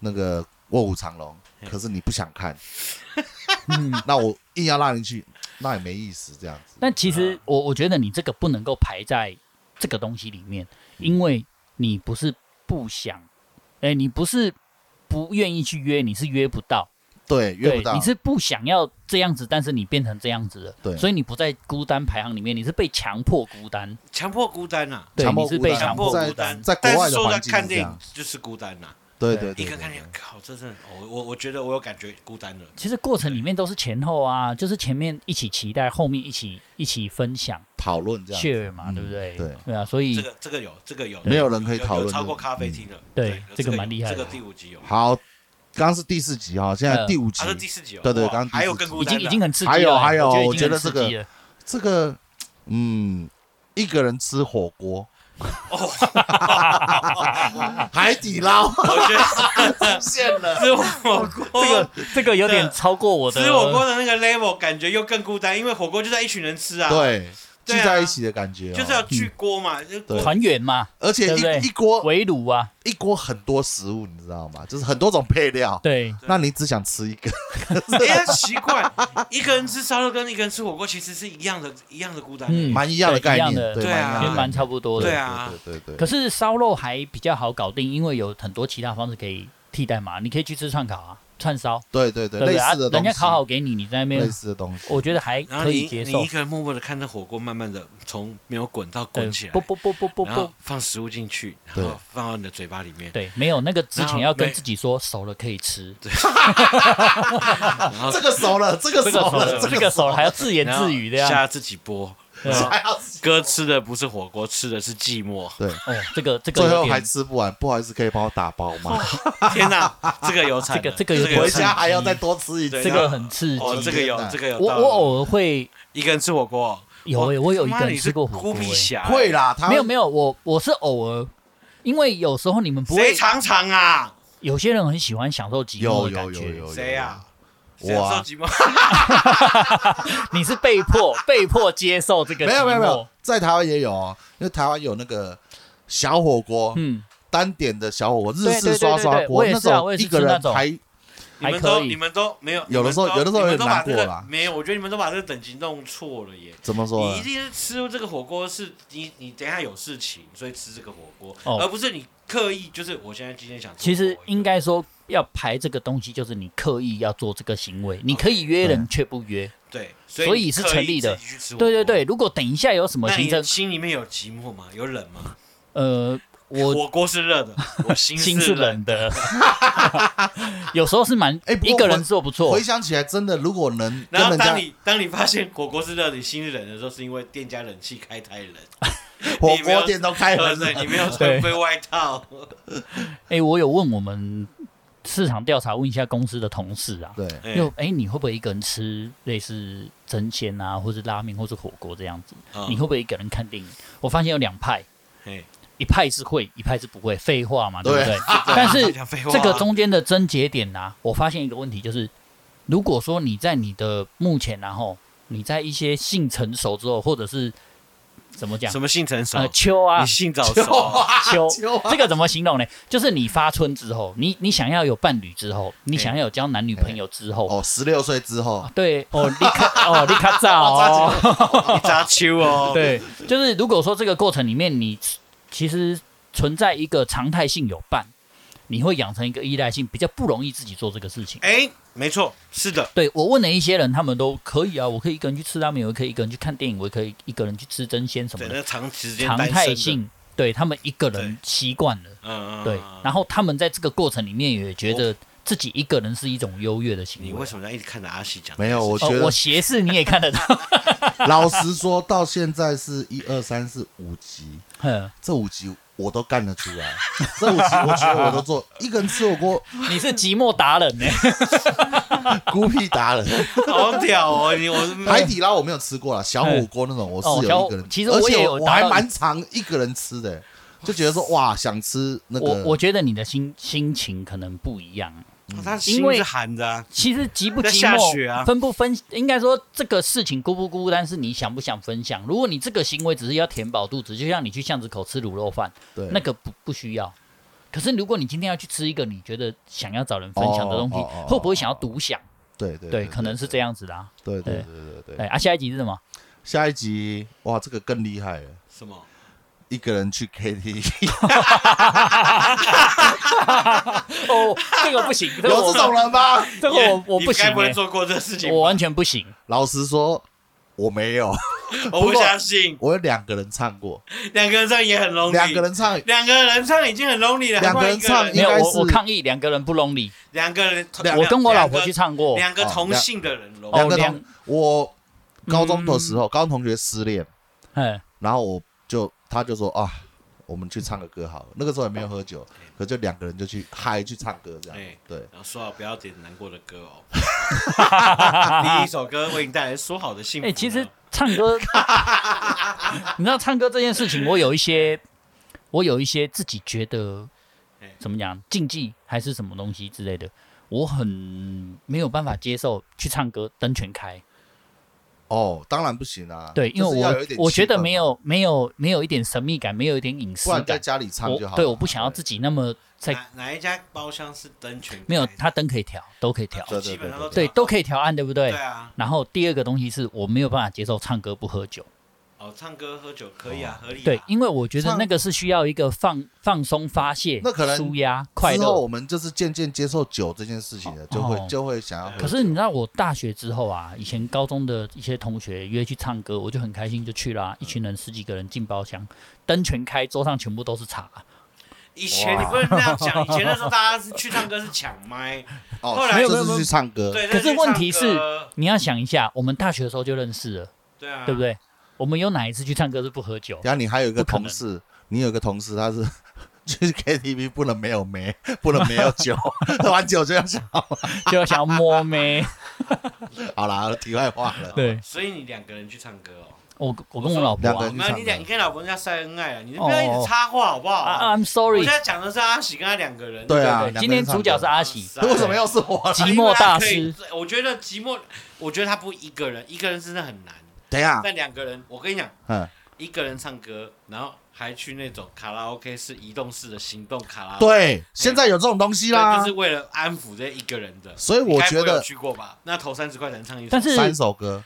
那个《卧虎藏龙》，
嘿
可是你不想看，
[laughs] 嗯，
那我硬要拉你去，那也没意思。这样子，
但其实我我觉得你这个不能够排在这个东西里面，因为你不是不想，哎、你不是不愿意去约，你是约不到，
对，约不
对
到。
你是不想要这样子，但是你变成这样子了，
对
所以你不在孤单排行里面，你是被强迫孤单，
强迫孤单啊，
对，
强迫
你是
孤单
被
强
强
迫
迫
在
孤单。
在国
但
外
是
的
说
环
到
境
看
是这
电
样
影就是孤单呐，
对
对
对
一
对对
个人看电
对
影，靠，这真的，我我我觉得我有感觉孤单了。
其实过程里面都是前后啊，就是前面一起期待，后面一起一起分享
讨论这样子，嗯
share 嘛，对不对？
对
啊，所以
这个这个有，这个有，
没有人可以
有
讨论
有超过
这个
咖啡厅了。
嗯对
有
这个
有
蛮厉害的
这个第五集有，
好，刚刚是第四集哈，现在
嗯
第五集
啊，这，第四集有，
对对
哇
刚刚第
还有
四
更
集
孤
已
单
经
的，
已经很刺激了，
还有还有
我
我觉得这个
已经很刺
这
激了
个嗯，一个人吃火锅， [laughs] 海底捞
我觉得
出现了。
[laughs] 吃火锅， [laughs]
这个这个有点超过我的
哦吃火锅的那个 level 感觉又更孤单，因为火锅就在一群人吃啊，，
对，聚
对啊
在一起的感觉哦，
就是要聚锅嘛，
嗯
就
对
团圆嘛，
而且
对不对
一一锅
围炉啊，
一锅很多食物，你知道吗？就是很多种配料，
对，
那你只想吃一个，
哎呀奇怪， [laughs] 一个人吃烧肉跟一个人吃火锅其实是一样的，一样的孤单，
嗯
蛮一样的概念，
对一样的
对
蛮一
啊
也
样的
蛮差不多
对
的。
啊，
对对对，
可是烧肉还比较好搞定，因为有很多其他方式可以替代嘛，你可以去吃串烤啊，串烧，
对对对，
对不
类
对？啊
似的，东
人
西，
家烤好给你，你在那
类
边，
似的东
[laughs]
西，
我觉得还
然后
可
你
以接
你
受
一。个人默默的看着火锅慢慢的从没有滚到滚起来
哎不，不不不不
然后
不，
放食物进去，然
对
后放到你的嘴巴里面，
对，没有那个之
然后
前要跟
对
自己说熟了可以吃，
然后
这个熟了，这个
这个
熟
熟
了，
了，这个熟了还要自言
然后
自语的啊呀。
吓自己播，
对啊
还要吃
哥吃的不是火锅，吃的是寂寞。
对，
哦，这个这个
最
有
后还
点，
吃不完，不好意思，可以帮我打包吗？
[laughs] 天哪，这个有惨了，
这个这个有
回
我
家
想
还要再多吃一次
啊对，
这个很刺激。
哦，这个有
天哪
这个有道
我
理。
我偶尔会
一个人吃火锅，
有欸，我有一个人吃过火
孤
锅欸，
僻侠，
会啦，他
没有没有，我我是偶尔，因为有时候你们不
谁
会，
尝尝啊？
有些人很喜欢享受寂寞
有
的
有
感
有
觉，
有哦有
谁呀？？谁
我啊
收集
[laughs]
吗？
你是被迫被迫接受这个
没有没有
寂
没
寞
有，，在台湾也有哦，因为台湾有那个小火锅，
嗯，
单点的小火锅，日
对对
式
对
刷
对
刷
对
锅，
我也是啊
种
我也是
一个
吃那
人
种
排
你
还
们
可
都你
以。
们都没有，
有的时候
你们
有的
都
时候有点
你们都把
难过
这个
啦啊
没有，我觉得你们都把这个等级弄错了耶。
怎么说
你一
呢？
定是吃这个火锅是你你等一下有事情，所以吃这个火锅，
哦
而不是你刻意就是我现在今天想吃火锅。
其实应
我
该说，要排这个东西，就是你刻意要做这个行为。你可以约人，却不约。
就对，所
所
以
以
你
是
刻意
成立的
自己去吃火锅
对对对，，如果等一下有什么
那
行政
你，心里面有寂寞吗？有冷吗？
呃，我
火锅是
[laughs]
热的，我心
心
是
是冷的， [laughs] 有时候是蛮
哎不过
一个人做不错
回。想起来，真的如果能跟
然后
人家
当你当你发现火锅是热的，你心是冷的时候，是因为店家冷气开太冷，
火锅店都开
对
很
不对？
冷，
你没有
[laughs]
[laughs]
对
穿备外
[laughs]
套，
哎，我有问我们市场调查，问一下公司的同事啊，
对，
哎
就哎、你会不会一个人吃类似蒸鲜啊，或是拉面，或是火锅这样子？
嗯
你会不会一个人看电影？我发现有两派，
嘿
一派是会，一派是不会，废话嘛，对不
对
对？但是
啊讲废话
这个中间的症结点啊，我发现一个问题，就是如果说你在你的目前、然后你在一些性成熟之后，或者是怎么讲
什，么性成熟
呃，？秋啊
你，性早熟啊，
秋
秋啊
[laughs]
这个怎么形容呢？就是你发春之后，你你想要有伴侣之
哎
后，你想要有交男女朋友之后，
哦，十六岁之后，
对哦，
[laughs]
立卡哦，立卡早哦，
你扎秋哦。
[laughs] 对，就是如果说这个过程里面你其实存在一个常态性有伴，你会养成一个依赖性，比较不容易自己做这个事情。
哎，没错，是的，
对我问了一些人，他们都可以啊，我可以一个人去吃拉面，我可以一个人去看电影，我也可以一个人去吃真鲜什么
对，
的，
那长时间
常
单身的
态，性。对他们一个
对
人习惯了，
啊
嗯，嗯
对，然
后
后他们在这个过程里面也觉得自己一个人是一种优越的
你
行为
为。什么要一直看着阿喜讲？
没有，我觉
哦，
得
我斜视你也看
[laughs]
得到，
老实说，到现在是一二三四五集，
哼
这五集我都干得出来，这五集我觉得我都做，一个人吃火锅，
你是寂寞达人呢、
孤僻达人。
好屌哦，你
[laughs]
我是
海
哎
底捞我没有吃过啦，小火锅那种我是有一个人，
哦小其实
而
我也
且
有
我
达
还
到
蛮常一个人吃的，就觉得说哇，想吃那
我
个，
我觉得你的心心情可能不一样。
哦他
因
心
为
是寒的啊，
其实寂不
在
寂
下雪
寞，
啊
分不分，应该说这个事情孤不孤单是你想不想分享。如果你这个行为只是要填饱肚子，就像你去巷子口吃卤肉饭，
对
那个不不需要。可是如果你今天要去吃一个你觉得想要找人分享的东西，
哦哦哦哦
会不会想要独享？
对对
对，可能是这
样，
样子的啊。
对对
对
对对
对
对。
啊，下一集是什么？
下一集哇，这个更厉害了，
什么？
一个人去
[laughs]
KTV，
哦，这个不行，这个
[laughs] 有
我
这种人吗？
这个 [laughs] 我我
你
不行
该不会
欸、
做过这事情吧？
我完全不行。
老实说，我没有，
我不
不过
相信，
我有两个人唱过，
两个人唱也很 lonely，
两个人
哦
唱
两个人唱已经很 lonely 了，
两个
还
人
换一
唱
没有，
应该
我
是
我抗议，两个人不 lonely。
两个人，
两
我跟我老婆去
唱，
唱过，
两个
哦
同
两
性的人
哦
咯，
两个
两
同我高中的时候，高中同学失恋，
嗯，
然后我就他就说啊，我们去唱个歌好了。那个时候也没有喝酒，可就两个人就去嗨去唱歌这样
哦哎。
对，
然后说好不要点难过的歌
[laughs]
哦。第一首歌为你带来说好的幸
哎、
福呢。
其实唱
[laughs]
歌，你知道唱歌这件事情，我有一些，我有一些自己觉得
哎
怎么讲，禁忌还是什么东西之类的，我很没有办法接受去唱歌灯全开。
哦，当然不行啊。
对，因为
就是要有一
我
点
我觉
气氛
得
嘛
没，有没有没有一点神秘感，没有一点隐私
不然在
感。
家里唱就好
我
了。
对，我不想要自己那么在
哪哪一家包厢是灯全开
没有，它灯可以调，都可以调，
对对
基本上
对
都
对，
调
都可以调暗，对不对？
对啊。
然后第二个东西是我没有办法接受唱歌不喝酒。
哦，唱歌喝酒可以啊，合理啊。
哦对，因为我觉得
唱
那个是需要一个放放松、发泄、
那可能
舒压、快
之后
乐。
我们就是渐渐接受酒这件事情了，
哦
就
哦
会就会想要喝。
可是你知道，我大学之后啊，以前高中的一些同学约去唱歌，我就很开心，就去啦、
嗯
一群人十几个人进包厢，灯全开，桌上全部都是茶。
以前你不能那样讲，以前那时候大家是去唱歌是抢
[laughs]
麦，
哦，
后来
所以
没
就
有没
是
有
去唱歌。
对。
可是
那去唱
问题是
歌
你要想一下，我们大学的时候就认识
嗯
了，
对啊，
对不？对？我们有哪一次去唱歌是不喝
[laughs]
酒？
然后你还有一个
不可能
同事，你有一个同事他是 [laughs] 去 KTV 不能没有梅，不能没有酒， [laughs] 喝完酒就要想
就要想要摸妹。
好啦，题外话了。
对
所以你两个人去唱歌哦。
我我跟我老婆
两个人
啊
去
没
唱
有，
歌
你俩你跟老婆人家晒恩爱了，你不要一直插话好不好？
哦啊，I'm
我
sorry
现。在讲的是阿喜跟他两个人。
对啊
对，
两个人
今天主角是阿喜，
唱歌
为什么又是我？
寂寞大师
因为他可以。我觉得寂寞，我觉得他不一个人，一个人真的很难。
等一下，
但两个人，我跟你讲，
啊嗯，
一个人唱歌，然后还去那种卡拉 OK 是移动式的行动卡拉 OK，
对，啊现在有这种东西
对，
啦
就，是为了安抚这一个人的。
所以我觉
你该不会有
得
去过吧？那投三十块钱唱一首，
但是
三首歌，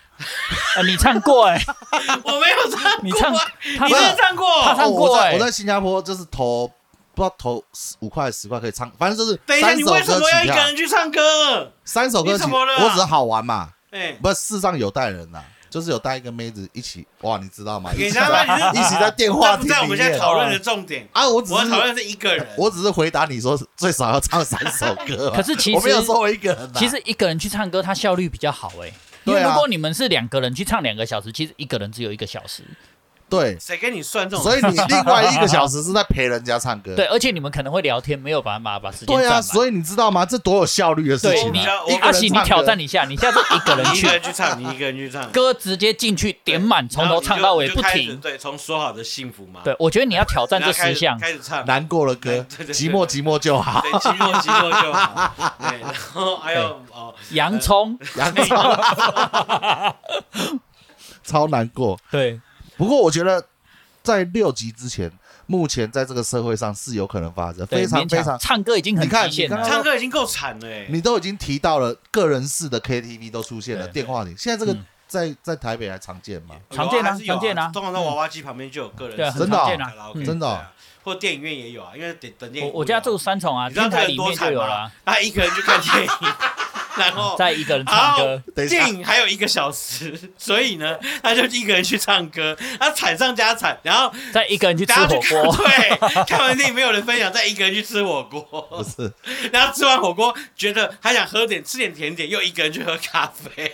呃你唱过哎，
[laughs] 我没有唱过，啊
你唱他
你真
唱
的唱过？
他唱
哦
过
我在
欸
我在新加坡就是投不知道投五块十块可以唱，反正就是
等一下，
三
你
首歌
为什么要
起
一个
跳，
人去唱歌？
三首歌
你
起，
怎么了啊
我只是好玩嘛，
哎，
不是世上有带人呐、啊就是有带一个妹子一起，哇，你知道吗？
你
一起
他妈
在 [laughs]
你
一起在电
这
话
不
亭
在我
里
们现在
面
讨论的重点，
啊，我只
我要讨
是
论是一个人。
我只是回答你说最少要唱三首歌嘛，
可是其实
我没有说我一个人、啊，
其实一个人去唱歌，它效率比较好哎、因
对啊
为如果你们是两个人去唱两个小时，其实一个人只有一个小时。
对，
谁跟你算这种？
所以
[laughs]
你另外一个小时是在陪人家唱歌，
对，而且你们可能会聊天，没有办法把时间
对
占
啊，
满。
所以你知道吗？这多有效率的事
对
情
你，
啊！
我
你
一个
阿
人
喜，你
唱歌
挑战一下，你下次一个人
你一 [laughs]
去
个，人去唱，你一个人去唱，
歌直接进去点满，从头唱到尾
然
不
后你就你就开始
停。
对，从说好的幸福嘛，
对，我觉得你要挑战
然后
这
开
十
始
项，
开始唱，
难过了
哎对
歌，
对对
寂寞寂寞就好。[laughs]
[laughs] 对，寂寞寂寞就好。对，然后还有哦，
洋葱，
杨超超难过。
对，
不过我觉得在六级之前，目前在这个社会上是有可能发生，
对
非常
勉强
非常。
唱歌已经很
你看
极限
你刚
了。
刚
唱歌已经够惨了欸，
你都已经提到了个人式的 KTV 都出现了
对
电话亭，现在这个
嗯
在在台北还常见
[laughs]
吗？
有
常见啊
还是有
常见啊
通常在娃娃机旁边就有个人
对啊
是
很常见
啊
卡拉 OK，
嗯真的哦
对啊或电影院也有啊，因为等等电
我
影。
我家住，三重啊，
你知道
天
这个
台
人
里
多
面就
惨
有
吗
了，？
他啊一个人去看电影，
[laughs]
然后
再一个人唱
然
歌
后。
等一下
电影还有一个小时，所以呢，他就一个人去唱歌，他惨上加惨，然后
再一个人去吃
然后
火
去看
哦
锅，
对，看完电影没有人分享，再一个人去吃火
不 [laughs]
锅，
是，
然后吃完火锅觉得还想喝点吃点甜点，又一个人去喝
[laughs]
咖啡，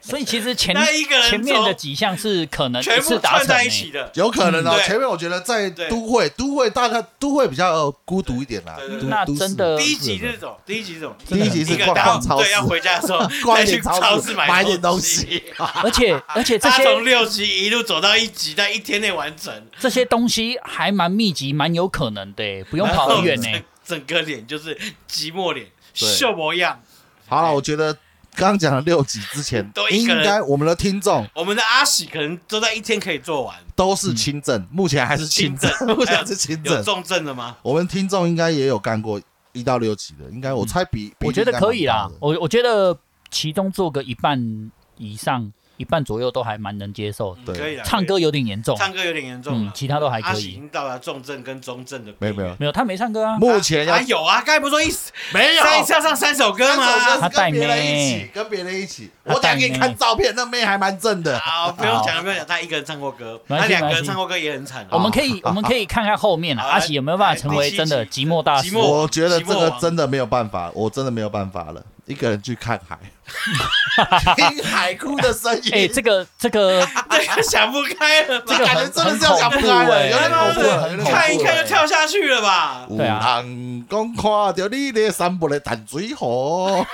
所以其实前
那一个人
前面的
从
几项是可能
全
一
部
次达
串
成
在一
欸
起的。
有可能哦。
嗯对
前面我觉得在
对
都会，都会大概都会比较孤独一点啦
对对。
都
那
都市
真的
第一集是这种，第一集是这种，
第一集是
一个
逛
然后
逛超市
对，要回家的时候
[laughs] 逛
再
一
去
点
超
市
市
买点
点
东西
西。。
而
[laughs]
且而 [laughs] 且这
他
些
从六集一路走到一集，在一天内完成，
这些东西还蛮密集，蛮有可能的欸，不用
然
跑
后
很远
[laughs]
呢。
整整个脸就是寂寞脸，
对
秀模样。
好了，我觉得刚刚讲了六集之
[laughs]
前
都，哎一
应
个人
该我们的听众
我们的阿喜可能都在一天可以做完，
都是轻症，目前还是轻症，
嗯轻
[laughs]
症
目前还是轻
有
症。
重症了吗？
我们听众应该也有干过一到六级的，应该我猜比，比
嗯我觉得
例应该蛮
可以啦
高的，
我我觉得其中做个一半以上，一半左右都还蛮能接受的。
嗯
对
可以了。
唱歌有点严重，
唱歌有点严重
嗯
了，，
其他都还
阿
可
喜已
以。
经到达重症跟中症的边
没有
缘。
没有，
没有，他没唱歌啊，
目前要
啊有啊，刚才不是说一
哎
没
上一次要唱三首歌
三首
吗？
歌
他
是跟
带
别人一起
妹，
跟别人一起，
他
我等下给
带
你
妹
看照片，那妹还蛮正的。
好，不用讲了，不用讲，他一个人唱过歌，
没关
他
系
两个
没
人
关系
唱过歌也很惨。
我们可
啊
以我们可以看看后面啊，
好
阿喜有没有办法成为真的
第七
寂
集
寞大师
寂？寞
我觉得这
寂寞
个
王
真的没有办法，我真的没有办法了，一个人去看
[laughs]
海，听海哭的声音，
哎，这个这
[laughs]
个
啊这个想不开了吧
这？个
感觉
很
真的
很
是要想
恐
不
怖
开了，
哎，
有点恐怖了，有点恐怖
看一看
了。
就跳下去了吧？
有
对啊
人讲看到你的三步的淡水
[laughs]
河，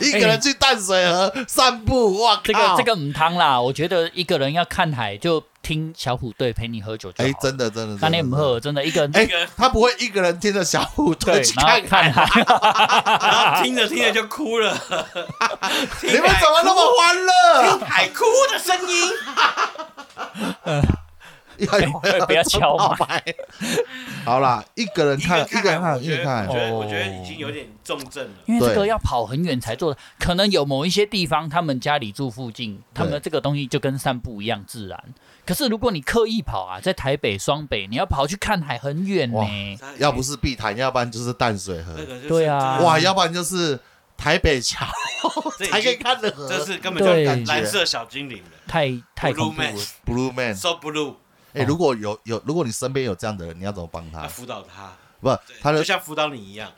一个人去淡水河散步，哇靠！
哎这个这个母汤啦，我觉得一个人要看海就听小虎队陪你喝酒就
哎，
好。
真的真的，
那
真的
天我们，喝，真的一个人
哎，他不会一个人听着小虎
对
队去，
然
看
后
海，
看海，
然后听着听着就哭了。
[laughs] 你
听
们
海
怎么那么欢
[laughs]
乐？
海哭的声音？
哎呦
哎不要
[laughs]
敲嘛
真爆牌好啦，一个人看，一个人看，
我
一个
觉
人
得
看
我觉。得
哦
我觉得已经有点重症了。
因为这个
对
要跑很远才做的，可能有某一些地方，他们家里住附近，他们这个东西就跟散步一样自然。可是如果你刻意跑啊，在台北、双北，你要跑去看海很远呢、
哇要不是碧潭，要不然就是淡水河
那，个就是
对啊
哇，要不然就是台北桥，
这已经
才可以看得河。
这是根本
对
就蓝色小精灵了
太太恐怖
Blue
了。
Blue Man，
，so blue，
哎、
哦
如果有有，如果你身边有这样的人，你要怎么帮
要
他？
辅导他，
不，
啊对
他
就
的，
像辅导你一样。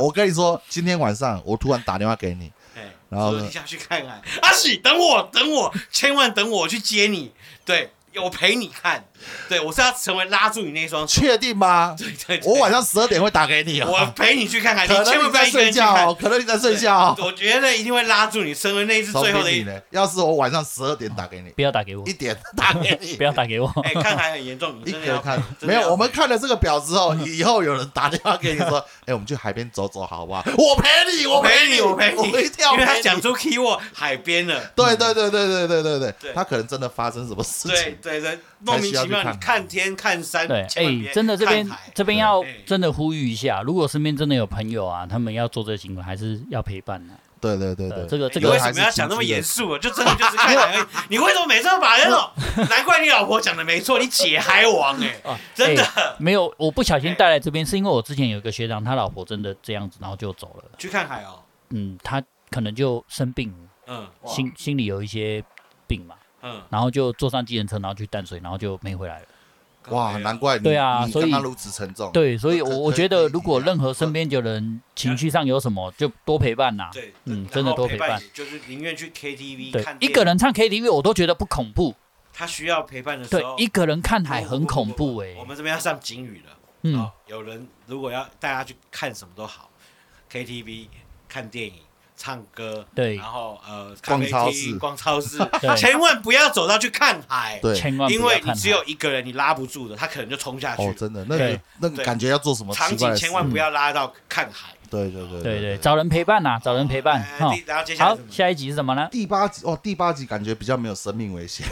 我跟你说，今天晚上我突然打电话给
[laughs]
你，
哎，
然后呢
说你下去看看，阿喜，等我，等我，千万等我，我去接你。对，我陪你看，对我是要成为拉住你那双手，
确定吗？
对对对，
我晚上十二点会打给你
我
哦，
陪你去看看，
可
千
能你
万不要
在
一个
睡
人去
觉
看
哦，。可能你在睡觉哦。
我觉得一定会拉住你，成为那一次最后的
你
一。
呢？要是我晚上十二点打给你，
不要打给我
一，点打给你，
不要打给我。
[laughs] 哎、看来很严重，你
一
真的
个
要
看
真
没
的要嗯
有，我们看了这个表之后，以后有人打电话给你说：“哎，我们去海边走走，好不好？”我陪你，
我
陪
陪你，我陪你，
我一定要
因为他
陪
讲
你。
出 key word 海边了。
对对对对对对对对
对
他可能真的发生什么事
对
情。
对对，莫名其妙，
还需要去看
你看天看山，
对，
千万
哎、
别
真的这边
看海
这边要
对哎
真的呼吁一下，如果身边真的有朋友啊，他们要做这个行为，还是要陪伴的、
对对对对，
呃这个
哎
这
你
个
为
还
什
是
么要
情
讲那么
绪的
严肃啊？就真的就是
[laughs]
看海而已。你为什么每次都把那种？难怪你老婆讲的没错，你姐海王
[laughs]
哎、
啊，
真的、
哎没有，我不小心带来这边，是因为我之前有一个学长，他老婆真的这样子，然后就走了。
去看海哦。
嗯，他可能就生病，
嗯哇
心心里有一些病嘛，
嗯，
然后就坐上计程车，然后去淡水，然后就没回来了。
哇，难怪你
对啊
你
所以
刚刚如此沉重。
对，所以
这
我
这
我
这
觉
可以
得，
理
如果
啊
解
任何身边有人情绪上有什么，就多陪伴呐、
对，
嗯
然
真的
后
多
陪
陪
伴
伴
你，就是宁愿去 KTV
对
看，
一
电
个
影，
人唱 KTV 我都觉得不恐怖，
他需要陪伴的时
对
候，，
一个人看海
不
很
不不
恐
不
怖
不
哎、
我们这边要上警语了。
嗯
啊，，有人如果要大家去看什么都好，KTV、看电影、唱歌，
对
然后呃，
逛
咖啡
超
厅
市
逛超市
[laughs] 对，
千万不要走到去看海，
对
千万不
因
要
为你
看
只
海
有一个人，你拉不住的，他可能就冲下去
哦
了。，
真的，那
对
个那个
对
感觉要做什么
场
奇怪
景
的事？
千万不要拉到看
[laughs]
海，
对对对
对对，
对。
找人陪伴呐、啊找人陪伴
哎
哈。
第然后接下来
好
是什，么
下一集是什么呢？
第八集哦，第八集感觉比较没有生命危险，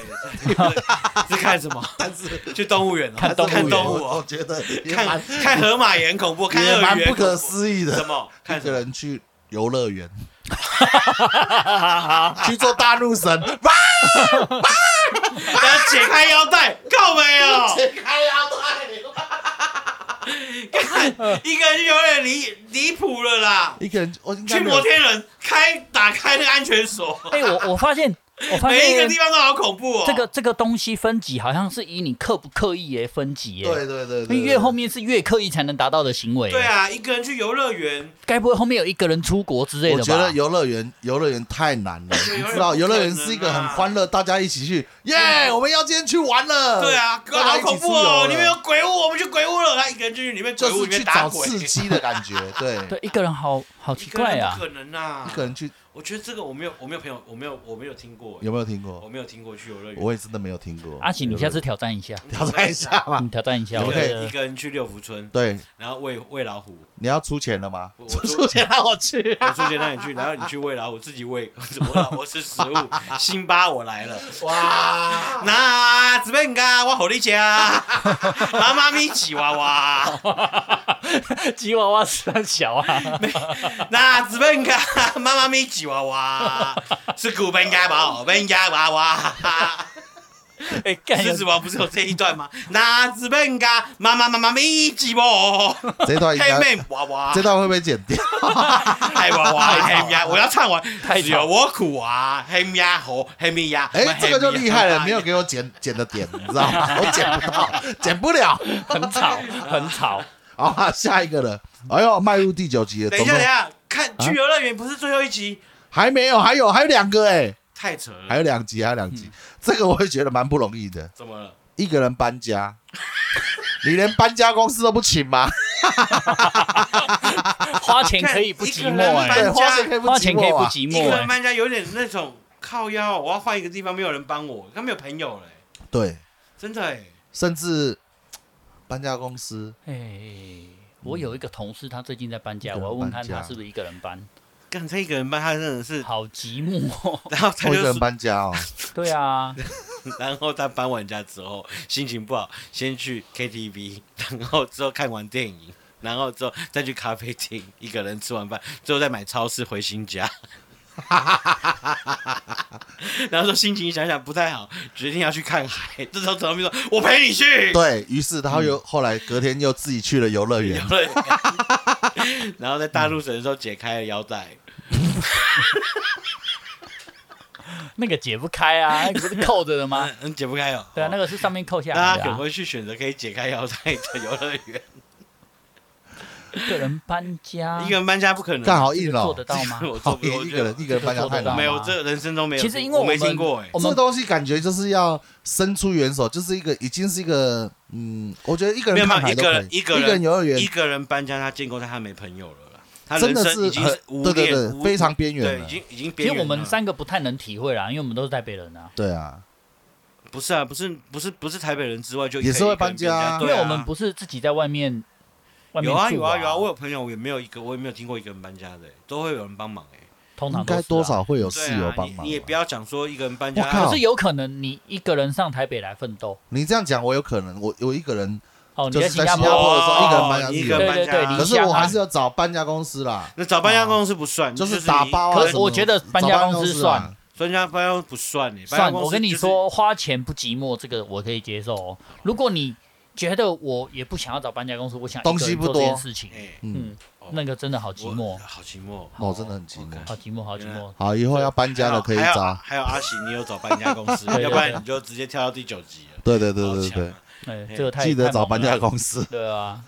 是看什么？
但是
去动物园哦，
看动物园
看动物
[laughs] 我
哦，
觉得也
看
蛮
看河马也很恐怖，看
也
鳄
蛮
鱼也
不
很
可
恐怖
思议的
什。么？看
一
什
个
么？
人去游乐
[laughs]
园，去做大怒
[laughs]
神，哇！
然后解开腰带，哦够没有？
解开腰带，
一个人就有点离离谱了啦。
一个人哦我应该
去
没
摩
有。
天轮开打开那个安全锁，
哎、我我 [laughs] 发现，我发
每一个
现
地方都好恐怖哦。
这个这个东西分级好像是以你刻不刻意耶分级耶。
对对对
因
对，
为越后面是越刻意才能达到的行为。
对，啊，一个人去游乐园，
该不会后面有一个人出国之类
对
的
我觉
吧？
得游乐园游乐园太难了，
[laughs] 对
你知道
游
游
乐
乐
园
园
不可能啊
是一个很欢乐，大家一起去，耶！
嗯
我们要今天去玩了。
对啊，
大家
好
呃一起
恐怖
出游
哦！
了
里面有鬼屋，我们去鬼屋了。他一个人进去里面
就
鬼屋
是
里面
去
打
找
鬼，
刺激的
[laughs]
感觉，
啊
对，
对，一个人好好
一
奇
个人
怪啊
不。可能啊！
一个人去
我觉得这个我没有，我没有朋友，我没有，我没有听过，
有没有听
我
过？
没有听过去游乐园。
我也真的没有听过。
阿喜，你下次挑战一下，
挑战一下嘛
你。挑战一下，
一
我
个
觉
人一
得
个人去六福村，
对，
然后喂喂老虎，
你要出钱了吗？
我我
出
[laughs]
钱让我去啊。
我出钱让你去，然后你去喂老虎，自己喂，我老婆吃食物，辛巴我来了。
哇！
那这边噶，我好你吃，妈妈咪吉娃娃。
吉娃娃是很小
[laughs]
啊，
那这边噶，妈妈咪吉娃娃是古本家宝，本家娃娃。
哎，干
狮子王不是有这一段吗？那这边噶，妈妈妈妈咪吉娃，
这段应
黑
该，
妹娃娃
哎这，段会不会剪掉？
[laughs] 黑娃娃，黑呀，我要唱完。
太
只有我苦啊，黑呀吼，黑咪呀。
哎，这个就厉害了，
[laughs]
没有
给。
给我剪剪的点，你知道吗？ [laughs] 我剪不到，剪不了。 [laughs]
很吵，很
[laughs]
吵。
好啊，下一个了。哎呦，迈入第九集了，
等一
总
下，
共
等一下，看去游乐园不是最后一集，
还没有，还有，还有两个哎，
太扯了。
还有两集，还有两
嗯
集。这个我也觉得蛮不容易的，
怎么了？
一个人搬家， [laughs] 你连搬家公司都不请吗？
花钱可以不寂寞
搬
哎
家，
对，花钱可以不请
花钱可以不
我啊。
寂
一
寞
个人
哎。
搬家有点那种靠腰，我要换一个地方，没有人帮我，他没有朋友嘞，
对，
真的哎。
甚至搬家公司，
哎，我有一个同事，他最近在搬家，
一个
我
人
要问看
搬
他
家
是不是一个人搬，
刚才一个人搬，他真的是，
好寂寞哦。
然后他
我一
就
个人
是，
搬家哦，
对啊，
然后他搬完家之后心情不好，先去 KTV，然 [laughs] 后之后看完电影。然后之后再去咖啡厅，一个人吃完饭，最后再买超市回新家。 [laughs] 然后说心情想想不太好，决定要去看海。这时候陈明说：“我陪你去。”
对于是，他
嗯
又后来隔天又自己去了游乐园
游，乐园，然后在大陆神的时候解开了腰带，
嗯
那个解不开啊，那个不是扣着的吗
[laughs] 嗯？嗯，解不开哦。
对啊，那
个
个是上面扣下
啊
大家
来的
可能
啊。 [laughs]
会去选择可以解开腰带的游乐园。
一个人搬家，
一个人搬家不可能，
干好硬
做
哦
得，到吗？
我做
好
不我
硬，一
觉
个
得
人一个人搬家太难
到
了。
没有，
吗
这人生中没有听过，
其实因为
我没
我们
听过哎，
我
这
们
东西感觉就是要伸出援手，就是一个已经是一个嗯，我觉得一个
没
人
有
看
没有
牌都可以，
一
一
个人一个人
人游乐园
一个人搬家，他建构在他没朋友了啦，他
真
人
的
生已经
很
是无
对对
恋
对，
无
非常边缘
对，已
了。
经已经
其
边
实
缘了。
我们三个不太能体会啦，因为我们都是台北人啊，
对啊，
不是啊，不是不是不是台北人之外，就
也是
可以
会
一个人
搬家啊
对
因为我们不是自己在外面外面
有啊
住
有啊
啊
有啊，我有朋友也没有一个，我也没有听过一个人搬家的、都会有人帮忙哎、
通常
应
都
该
是啊
多少会有
对
室友帮
啊
忙
你。你也
吧
不要讲说一个人搬家，啊
我靠
可是有可能你一个人上台北来奋斗
你这样讲，我有可能，我我一个人，
哦，你
就是
新
在
加
新加坡
坡
的时候一个人搬家
哦
是
你一
有
个人搬家
对对对
可
你
是
乡
我
啊
还是要找搬家公司啦，
那找搬家公司不算，
就是是打包啊
可
什
是
么的。
我觉得搬
找
家
搬
公
公
司
司
算
啊，
专家搬家公司不算你、搬家
算，
公司
我跟你
就是，
说，花钱不寂寞，这个我可以接受哦。如果你觉得我也不想要找搬家公司，我想一个人
东西不
做这件
多
事情
哎、，
嗯，
嗯
哦，
那个真的好寂
我
寞，
好寂寞，
哦，真的很寂寞。
好寂寞，好寂寞。
好，以后要搬家了可以
还有
找。
还有阿喜，你有找搬家公
[laughs]
司，
对对
要不然你就直接跳到第九集了。
对对对
好
对
强
对
啊
哎，
嘿
这个太
对，记得
太
找
忙
搬家
了
公司。
对啊，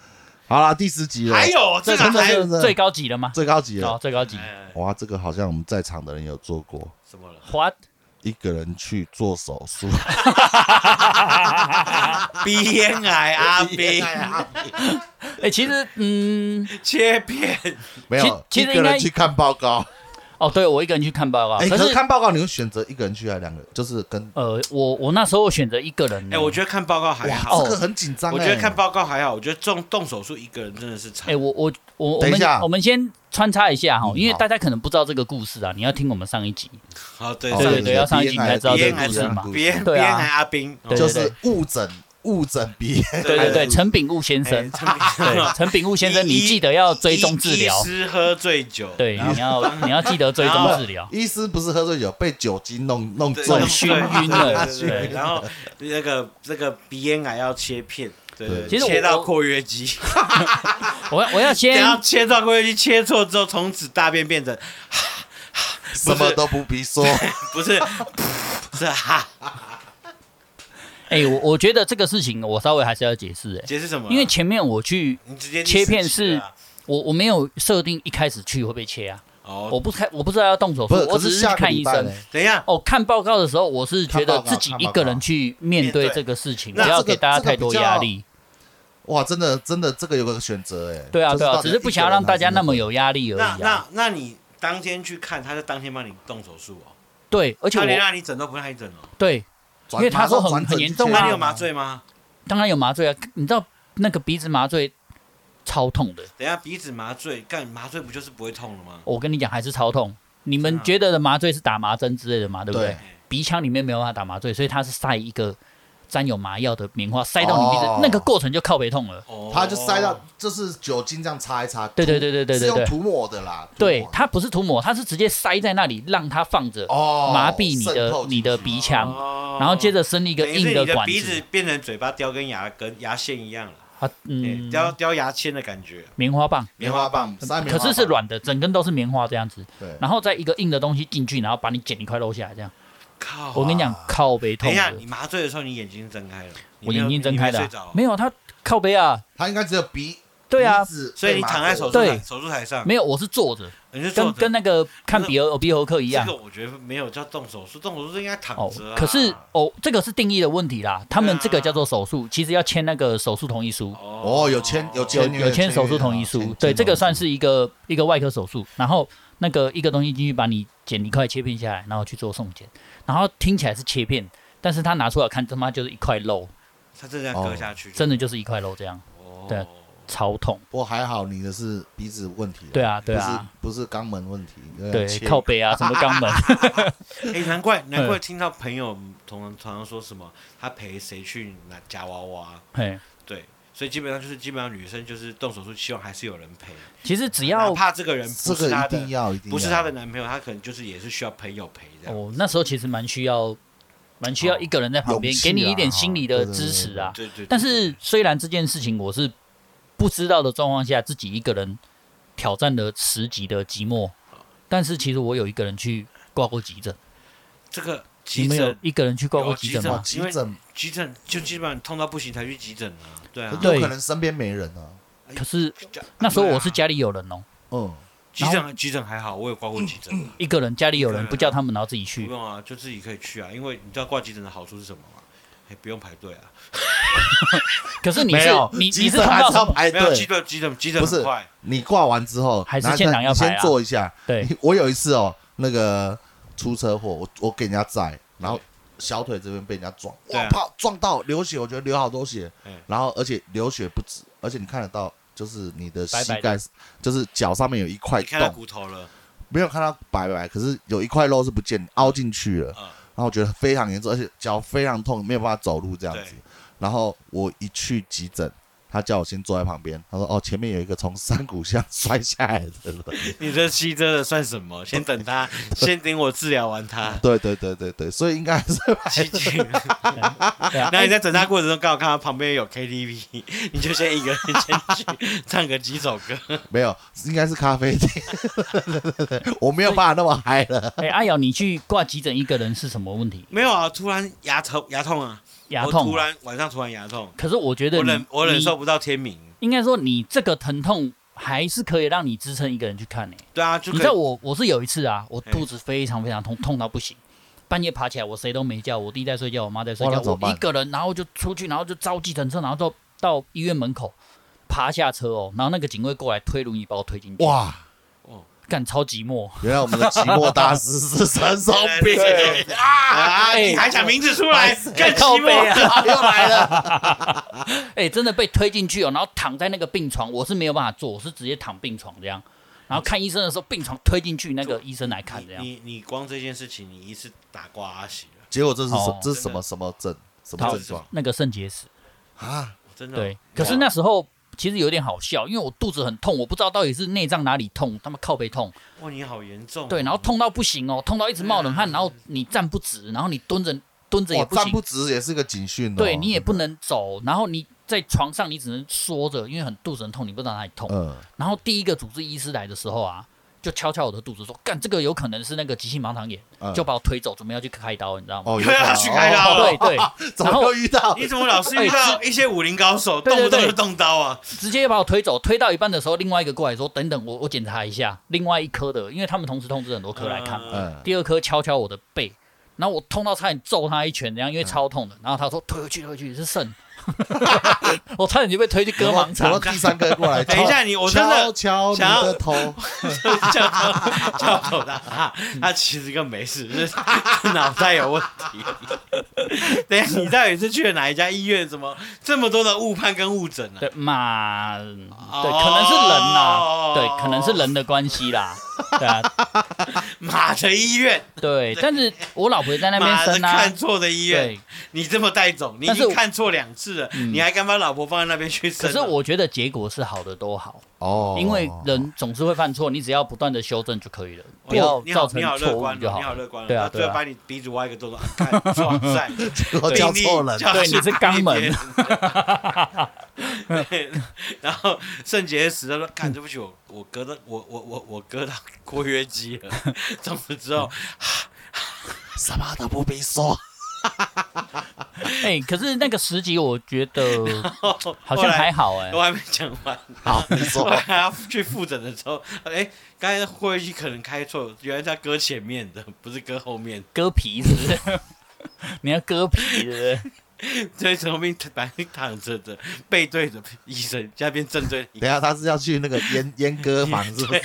好啦，第十集了
还，有这
这
个
真的
还
是
有
真的
最高级了吗？
最高级
哦
了。，
最高级。
哎
哇，这个好像我们在场的人有做过，
怎么了
What？
一个人去做手术。
鼻咽癌阿斌
哎、其实，嗯，
切片，
没有，
其
一
其实
个
应该
人去看报告。
哦，对我一个人去看报告，
哎，
可
可
是
是看报告你会选择一个人去还是两个人？就是跟
呃，我我那时候选择一个人呢。
哎，我觉得看报告还好
这，个很欸紧张。哎
我觉得看，报告还好，我觉得动动手术一个人真的是惨。
哎、我我我我
等一
们
下
我们先穿插一下哈
嗯，
因为
好
大家可能不知道这个故事啊，你要听我们上一集，
好，对
好
哦对
对
对
对
对，要上一集你才知道这
鼻咽
个
癌
故事
是 [laughs]
嘛。
鼻咽鼻
对
咽
啊
癌阿斌，哦
嗯就
对
是哎误诊误诊鼻炎。
对对对，
对
陈炳悟先
哎
生，
[laughs]
对，陈炳悟先生，
医
你记得要追踪治疗
医，师喝醉酒，
对，你要你要记得追
然后
踪治
[laughs]
疗，
医师不是喝醉酒，被酒精弄弄
对，
中
对
对
熏晕了
对对对
对
然后那个那个鼻咽癌要切片，对对，对
其实我
切到括约肌，
我要我要先
然后切到括约肌切错之后，从此大便变成
[laughs] 什么都不必
[laughs]
说。
不是 [laughs] 是啊哈，
哎、我我觉得这个事情我稍微还是要解释哎、
解释什么啊？
因为前面我去，
你直接
切片
第十集了啊
我我没有设定一开始去会被切啊，
哦，
我不开我不知道要动手术
不是，，
我
可
只
下
去
个
看
礼
医
拜
生
呢。？
等一下，
哦，看报告的时候，我是觉
看
得
报告
自己一个人去面对这个事情，
看
不
报告
要给大家太多压力。
哇，真的真的这个有个选择哎。
对啊，
就是
对啊，
到底
只是不想要让大家那么有压力而
那
已啊。
那那你当天去看，他就当天帮你动手术哦，
对，而且
他连
我
让你整都不让你整哦，
对，
转，
因为他说很
马上转诊
很严重啊
去
那
看
你有麻？醉吗？
当然有麻醉啊，你知道那个鼻子麻醉超痛的，
等一下鼻子麻醉，干麻醉不就是不会痛了吗？
我跟你讲还是超痛。你
真的
们
啊
觉得的麻醉是打麻针之类的嘛，对不对
对？
鼻腔里面没有办法打麻醉，所以他是塞一个沾有麻药的棉花塞到你鼻子，
哦
那个过程就靠背痛了。
哦
他就塞到，就是酒精这样擦一擦。
对对
涂
对对对
是
对
用
对，
涂抹的啦。涂
对
抹的
它不是涂抹，它是直接塞在那里让它放着，
哦，
麻痹你
渗
的
透进去
你的鼻腔，
哦
然后接着伸一个
等于是
硬
你
管
鼻
子
子，变成嘴巴叼根牙根牙线一样了，
啊，
嗯，
嗯，
叼叼牙签的感觉，
棉花棒，
棉花棒，塞啊棉花
可
棒
是是。软的，整根都是棉花这样子，
对，
然后再一个硬的东西进去，然后把你剪一块肉下来，这样。
啊
靠！
我跟你讲，靠背痛
等一下，
的
你，麻醉的时候你眼睛睁开了，你
我
没有
眼睛睁开的
你没有睡
啊
着哦，
没有它靠背啊，
他应该只有鼻。
对啊
鼻，子被麻醉，
所以你躺在手术
对
台手术台上，
没有，我是坐着，
你是坐
跟
着
跟那个看比尔比尔克一样
这。个我觉得没有叫动手术，动手术应该躺
哦
着、啊，
可是哦，这个是定义的问题啦。他们这
对啊
个叫做手术，其实要签那个手术同意书。
哦，有签有
有
签约
有签手术同意
签
书
约，
对，这个
签
算是一个一个外科手术。然后那个一个东西进去把你剪一块切片下来，然后去做送检，然后听起来是切片，但是他拿出来看，他妈就是一块肉，
嗯他真的要割下去，
真的就是一块肉这样，
哦
对超痛。
不过还好你的是鼻子问题，
对啊，对啊，
不是不是肛门问题，
对，
切
靠背啊，什么
[laughs]
肛门，
哎、难怪
嗯
难怪听到朋友同常常说什么，他陪谁去拿夹娃娃，
嘿，
对，所以基本上就是基本上女生就是动手术，希望还是有人陪，
其实只
哪
要
怕这个人不
这
是
个
他
一
的
定。要一定要哦
不是她的，男朋友，她可能就是也是需要朋友陪这样。
我哦那时候其实蛮需要，蛮需要一个人在旁边
勇气啊
给你一点心理
对
的
对对
支持啊。
对对对
但是虽然这件事情我是不知道的状况下，自己一个人挑战了十级的寂寞，但是其实我有一个人去挂过急诊。
这个急
你们有
诊，
一个人去挂过急诊
有
哇
吗？
急诊
急诊就基本上痛到不行才去急诊啊。对啊，
有
对
可能身边没人啊，
哎
可是
这样
那时候我
对
是
啊
家里有人哦，
嗯，
急诊，急诊还好，我有挂过急诊，
一个人家里有
一个
人
人
不叫他们，然后自己
嗯
不
去。
用啊，就自己可以去啊，因为你知道挂急诊的好处是什么吗？哎不用排队啊，
可是你
没
是
有，
你
急
你是
诊
通
还
告
是要
什么？
排
没有急
队。
诊，急诊，急诊
哎不是
很快，
你挂完之后，
还是
然后
现场要
你
排
先
啊
坐一下。
对，
我有一次哦，那个出车祸，我我给人家载，然后小腿这边被人家撞，
对
哇，
啊
怕撞到流血，我觉得流好多血
嗯，
然后而且流血不止，而且你看得到，就是你的
白
膝
白的
盖，就是脚上面有一块
你看到
洞，
骨头了，
没有看到白白，可是有一块肉是不见的，凹进去了，
嗯
然后我觉得非常严重，而且脚非常痛，没有办法走路这样子
对。
然后我一去急诊，他叫我先坐在旁边，他说：“哦，前面有一个从山谷下摔下来的
[laughs]
人。”
你这期真的算什么？先等
[laughs]，
他，先等我治疗完他
对对对对对，所以应该还是
激进。
对
[laughs]
啊
然后你在等他过程中，刚好看到旁边有 KTV，你 [laughs] 就先一个人先 [laughs] 去唱个几首歌。
没有，应该是咖啡厅。对对对对， [laughs] 我没有办法那么嗨了。
哎，阿瑶，你去挂急诊一个人是什么问题？
没有啊，突然牙疼牙痛啊，
牙
我
痛
突
啊。
然晚上突然牙痛，
可是我觉得
我
你
忍我忍
你
受不到天明。
应该说你这个疼痛还是可以让你支撑一个人去看诶、
对啊，就
你
可
知道
以
我我是有一次啊，我
嘿
肚子非常非常痛，痛到不行。半夜爬起来，我谁都没叫，我弟在睡觉，我妈在睡
哇
觉，
那怎么
我
办
一个人，然后就出去，然后就招计程车，然后到到医院门口爬下车哦，然后那个警卫过来推轮椅把我推进去，哇，
哇，
干超寂寞，
原来我们的寂寞大师是神
[laughs]
手
对
病
对对啊，
哎
你还想名字出来，更
[laughs] 靠
寂
背
寞。
啊，
啊，又来了。
[laughs] 哎、真的被推进去哦，然后躺在那个病床，我是没有办法坐，我是直接躺病床这样，然后看医生的时候，病床推进去，那个医生来看这
你
样，
你你光这件事情，你一次打挂阿喜了，
结果这是什
哦
这是什
真
么
的
什么症什么
好
症状
那个肾结石。
啊？
我真的
对，
哇
可是那时候其实有点好笑，因为我肚子很痛，我不知道到底是内脏哪里痛，他妈靠背痛，
哇你好严重哦，
对，然后痛到不行哦，痛到一直冒冷汗，然后你站不直，然后你蹲着蹲着也
嗯哇，
不
站
行，
不直也是个警讯哦。
对你也不能走，然后你在床上你只能缩着，因为很肚子很痛，你不知道哪里痛。
嗯，
然后第一个主治医师来的时候啊，就敲敲我的肚子说：“干，这个有可能是那个急性盲肠炎。
嗯
就把我推走，准备要去开刀，你知道吗？
哦，有
又要啊去开刀
哦
对对，
怎么又遇到？
你怎么老是遇到一些武林高手，
哎
动
对对
不动
对
就动刀啊？
直接把我推走，推到一半的时候，另外一个过来说：“等等，我我检查一下。”另外一科的，因为他们同时通知很多科来看，
嗯
嗯，
第二科敲敲我的背，然后我痛到差点揍他一拳，这
啊
样因为超痛的。然后他说：“推回去，推回去是
[laughs]
肾。”我差点就被推去割盲
然后
肠。
第三个过来，
[laughs] 等一下你，我真
敲
的
敲
想
敲
要
你的头，
[laughs] 叫头叫头大他，他其实根本没事，是脑袋有问题。等一下，你到底是去了哪一家医院？怎么这么多的误判跟误诊啊？
对嘛，
哦
对，可能是人呐、对，可能是人的关系啦，对啊，
马的医院，
对。但是我老婆在那边
马 [laughs] 的
生啊
看，错的医院，
对。
你这么带走，你已
但是
经
我
看错两次了，
嗯
你还敢把老婆放在那边去生
可
啊？
是我觉得结果是好的都好，
哦，
因为人总是会犯错，你只要不断的修正就可以了，不
你好
要
哦你
造
好
成
你好乐
错误
观
就
哦，
好
你好
了。
乐观哦，
对啊
他
对
最
啊
后把你鼻子挖一个洞，啊看 [laughs] 哇塞，
哦
我叫错人，
对你是肛门
[laughs] 对。然后肾结石，他说：“看，对不起，我我割到我我我我割到括约肌了。”从此之
[laughs]
后，
什么都不必
[laughs]
说。
哎、可是那个十集我觉
[laughs]
得好
后
像
来
还好哎、
我还没讲
[laughs]
完。
好，你
后
说
来。他去复诊的时候，哎，刚才括约肌可能开错，原来他割前面的，不是割后面。
割皮是
[laughs]
不是？你要割皮是不是？ [laughs]
所以陈宏斌本来躺着的，背对着医生，下边正对
[laughs]
等一下，他是要去那个阉阉割房，是不是？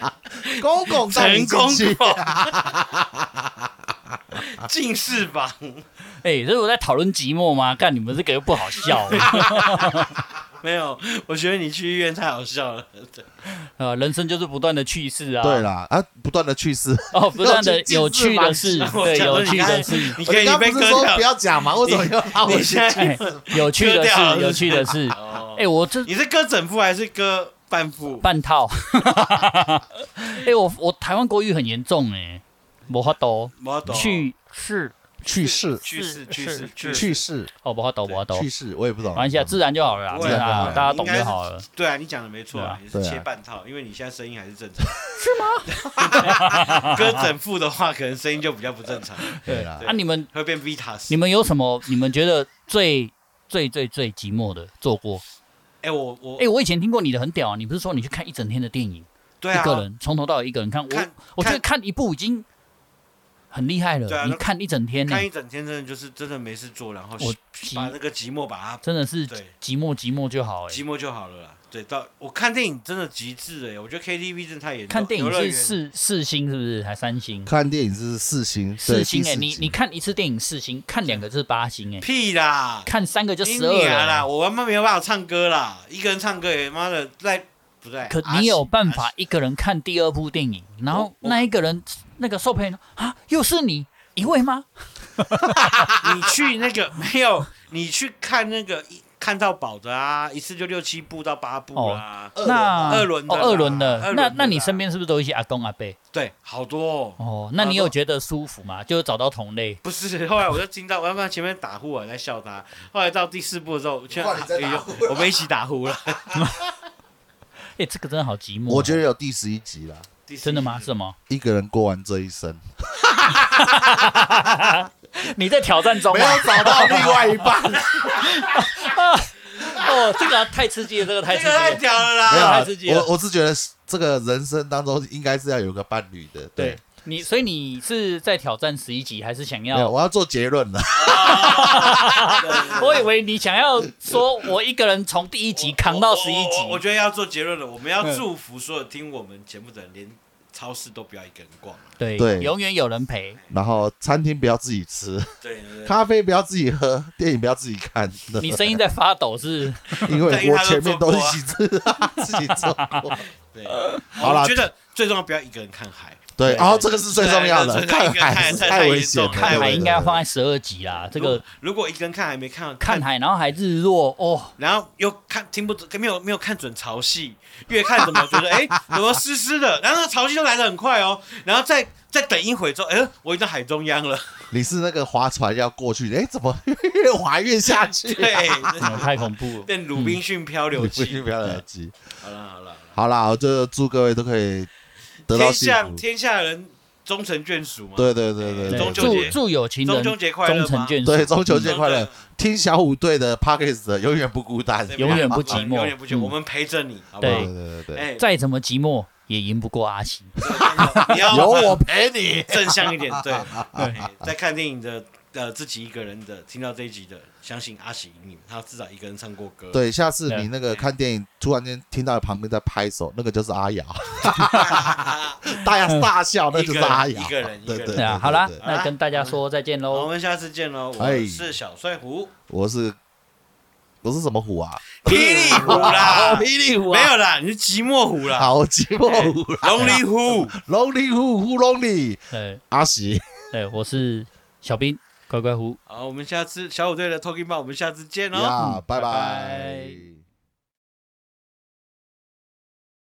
[laughs]
公公带你
成功
进去，
啊
过， [laughs] 近视吧。
哎、这是我在讨论寂寞吗？干，你们这个又不好笑、
[laughs] 没有，我觉得你去医院太好笑了。对
呃，人生就是不断的趣事啊。
对，啦，啊，不断的去世。
哦，不断的有趣的事，
[laughs] 我
对，
想说
有
你
趣
刚才
的事，
你
我
可以
刚
被
刚不
割
是说
掉
不。要讲吗？为什么要让我
你
先
现
去？
在
哎，有趣的
割掉
事，
了
有趣的事。
[laughs] 哦
哎、，我这
你是割整副还是割半副？
半套， [laughs] 哎、我我台湾国语很严重哎、没法度
我懂。
去世
去世，
去世去
是
世去世。
去世，
哦，没法度，没法度，
去世，我也不懂。
玩一下自然就好了啦，
不
自
会啊
然
不会啊
啊大家懂
应该
就是好了。
对啊，你讲的没错啊，
对
也
对
是
啊
切半套，因为你现在声音还是
[laughs]
正常。是吗？ [laughs] 割整副的话，可能声音就比较不正常，
对啦
对，
啊，你们
会变 Vitas。
你们有什么？你们觉得最最最最寂寞的做过？
哎，我我
哎、我以前听过你的很屌啊，你不是说你去看一整天的电影，
对啊，
一个人从头到尾一个人看，我
看
我觉得
看
看一部已经很厉害了，
对啊
你
那
看一整天呢、
看一整天真的就是真的没事做，然后
我
把
寂
那个寂寞把它
真的是
对
寂寞寂寞就好哎、
寂寞就好了啦。对，到我看电影真的极致哎、我觉得 KTV 真的太严重。
看电
游
影
乐
是
园
四四星是不是？还三星？
看电影是四星，
四
对
星
第
欸
哎、
四
你
集
你看一次电影四星，看两个就是八星哎、
屁啦，
看三个就
你
十二啊
娘
了
啦，。我他妈没有办法唱歌啦，一个人唱歌也妈的在不对？啊
可
阿
你
信
有办？
阿
法
信
一个人看第二部电影，然后
我
那一个人那个售票员说啊，又是你一位吗？
啊你去那个 [laughs] 没有？你去看那个一看到饱的啊，一次就六七部到八部啊啦。
二轮
那
二轮的
哦，
啦
二
二
轮的，
轮
那
的
那你
啦
身边是不是都有一些阿公阿伯？
对，好多、哦。
哦，那你有觉得舒服吗？就是找到同类，
不是，后来我就听到，我要不然前面打呼，我还在笑他。后来到第四部的时候，我居然
哇你在打呼啊
我们一起打呼了。
哎、这个真的好寂寞哦。
我觉得有第十一集啦，
第四
[laughs] 真的吗？
[laughs] 集
是吗？
一个人过完这一生，
你在挑战中
没
吗
有？找到另外一半，啊
哦，这个太刺激了，这个太
这
刺
个太
激了。
屌了啦！
没有
太刺激
啊，
了
我我是觉得这个人生当中应该是要有个伴侣的，对
对，你，所以你是在挑战十一集，还是想
没有，
要？
我要做结论了，
[laughs]
我以为你想要说，我一个人从第一集扛到十一
我我我
集。
觉得要做结论了，我们要
嗯
祝福所有听我们节目的人，连超市都不要一个人逛。
对，
对
永远有人陪。
然后餐厅不要自己吃，
对对对，
咖啡不要自己喝，电影不要自己看，
你声音在发抖是？
因为我前面都一起吃， [laughs] 自己做过，
对
好啦
我觉得最重要不要一个人看海，
对，
对
然后这个是最重要的，
对对
看
对
海是
看海
太危险了，
太
看海
对
应该要放在十二集啦。这
如
个
果如果一个人看海没哦看
看，海，然后还日落，
[laughs]
哦，
然后又看听不准，没有没有看准潮汐，越看怎么觉
[laughs]
得哎怎么湿湿的，然后潮汐就来的很快哦，然后再再等一会之后，哎我已经到海中央了，
[laughs]
你是那个划船要过去，哎，怎么越划越下去？
[laughs] 对，
嗯太恐怖了。
变鲁滨逊漂流
你不
记
[laughs] 不。要耳机。
好了 [laughs] 好了，
好啦，我就祝各位都可以得到
天
幸
下
福。
天下人终成眷属嘛。
对对对对
对
对对，
中秋
祝
节
祝有情人
中秋节快乐吗
终成眷属。
对中秋节快
中
乐
秋！
听小虎队的 Pockets 永远不孤单，
对，
永远不
没办法
寂寞
[laughs] 永远不寂
嗯
寞，我们陪着你，好不
对
好？
对对对，
哎，
再怎么寂寞也赢不过阿西。 [laughs]
你要
有我陪你。
正向一点，对。哎在看电影的呃自己一个人的，听到这一集的，相信阿喜赢你们，他至少一个人唱过歌。，
对，下次你那个看电影，突然间听到旁边在拍手，那个就是阿
[laughs]
雅，大家大笑，那就是阿雅。
一个人一个
对
人
对
对 [laughs] 啊，
对
好啦
对，
那跟大家说再
[laughs]
见
好，我
喽。
们下次见喽。
哎
我是小帅虎，
我是我是什么虎啊？
霹雳虎
哦
啦，
霹雳虎
[laughs] 没
啊，
有哎啦，你是寂寞虎啦，
好寂寞虎啦，
龙里虎。
Lonely 虎虎 Lonely
对
阿喜，
对，我是小兵乖乖虎。
好，我们下次小虎队的 Talking Bar，我们下次见喽。哦
呀，拜
拜
拜。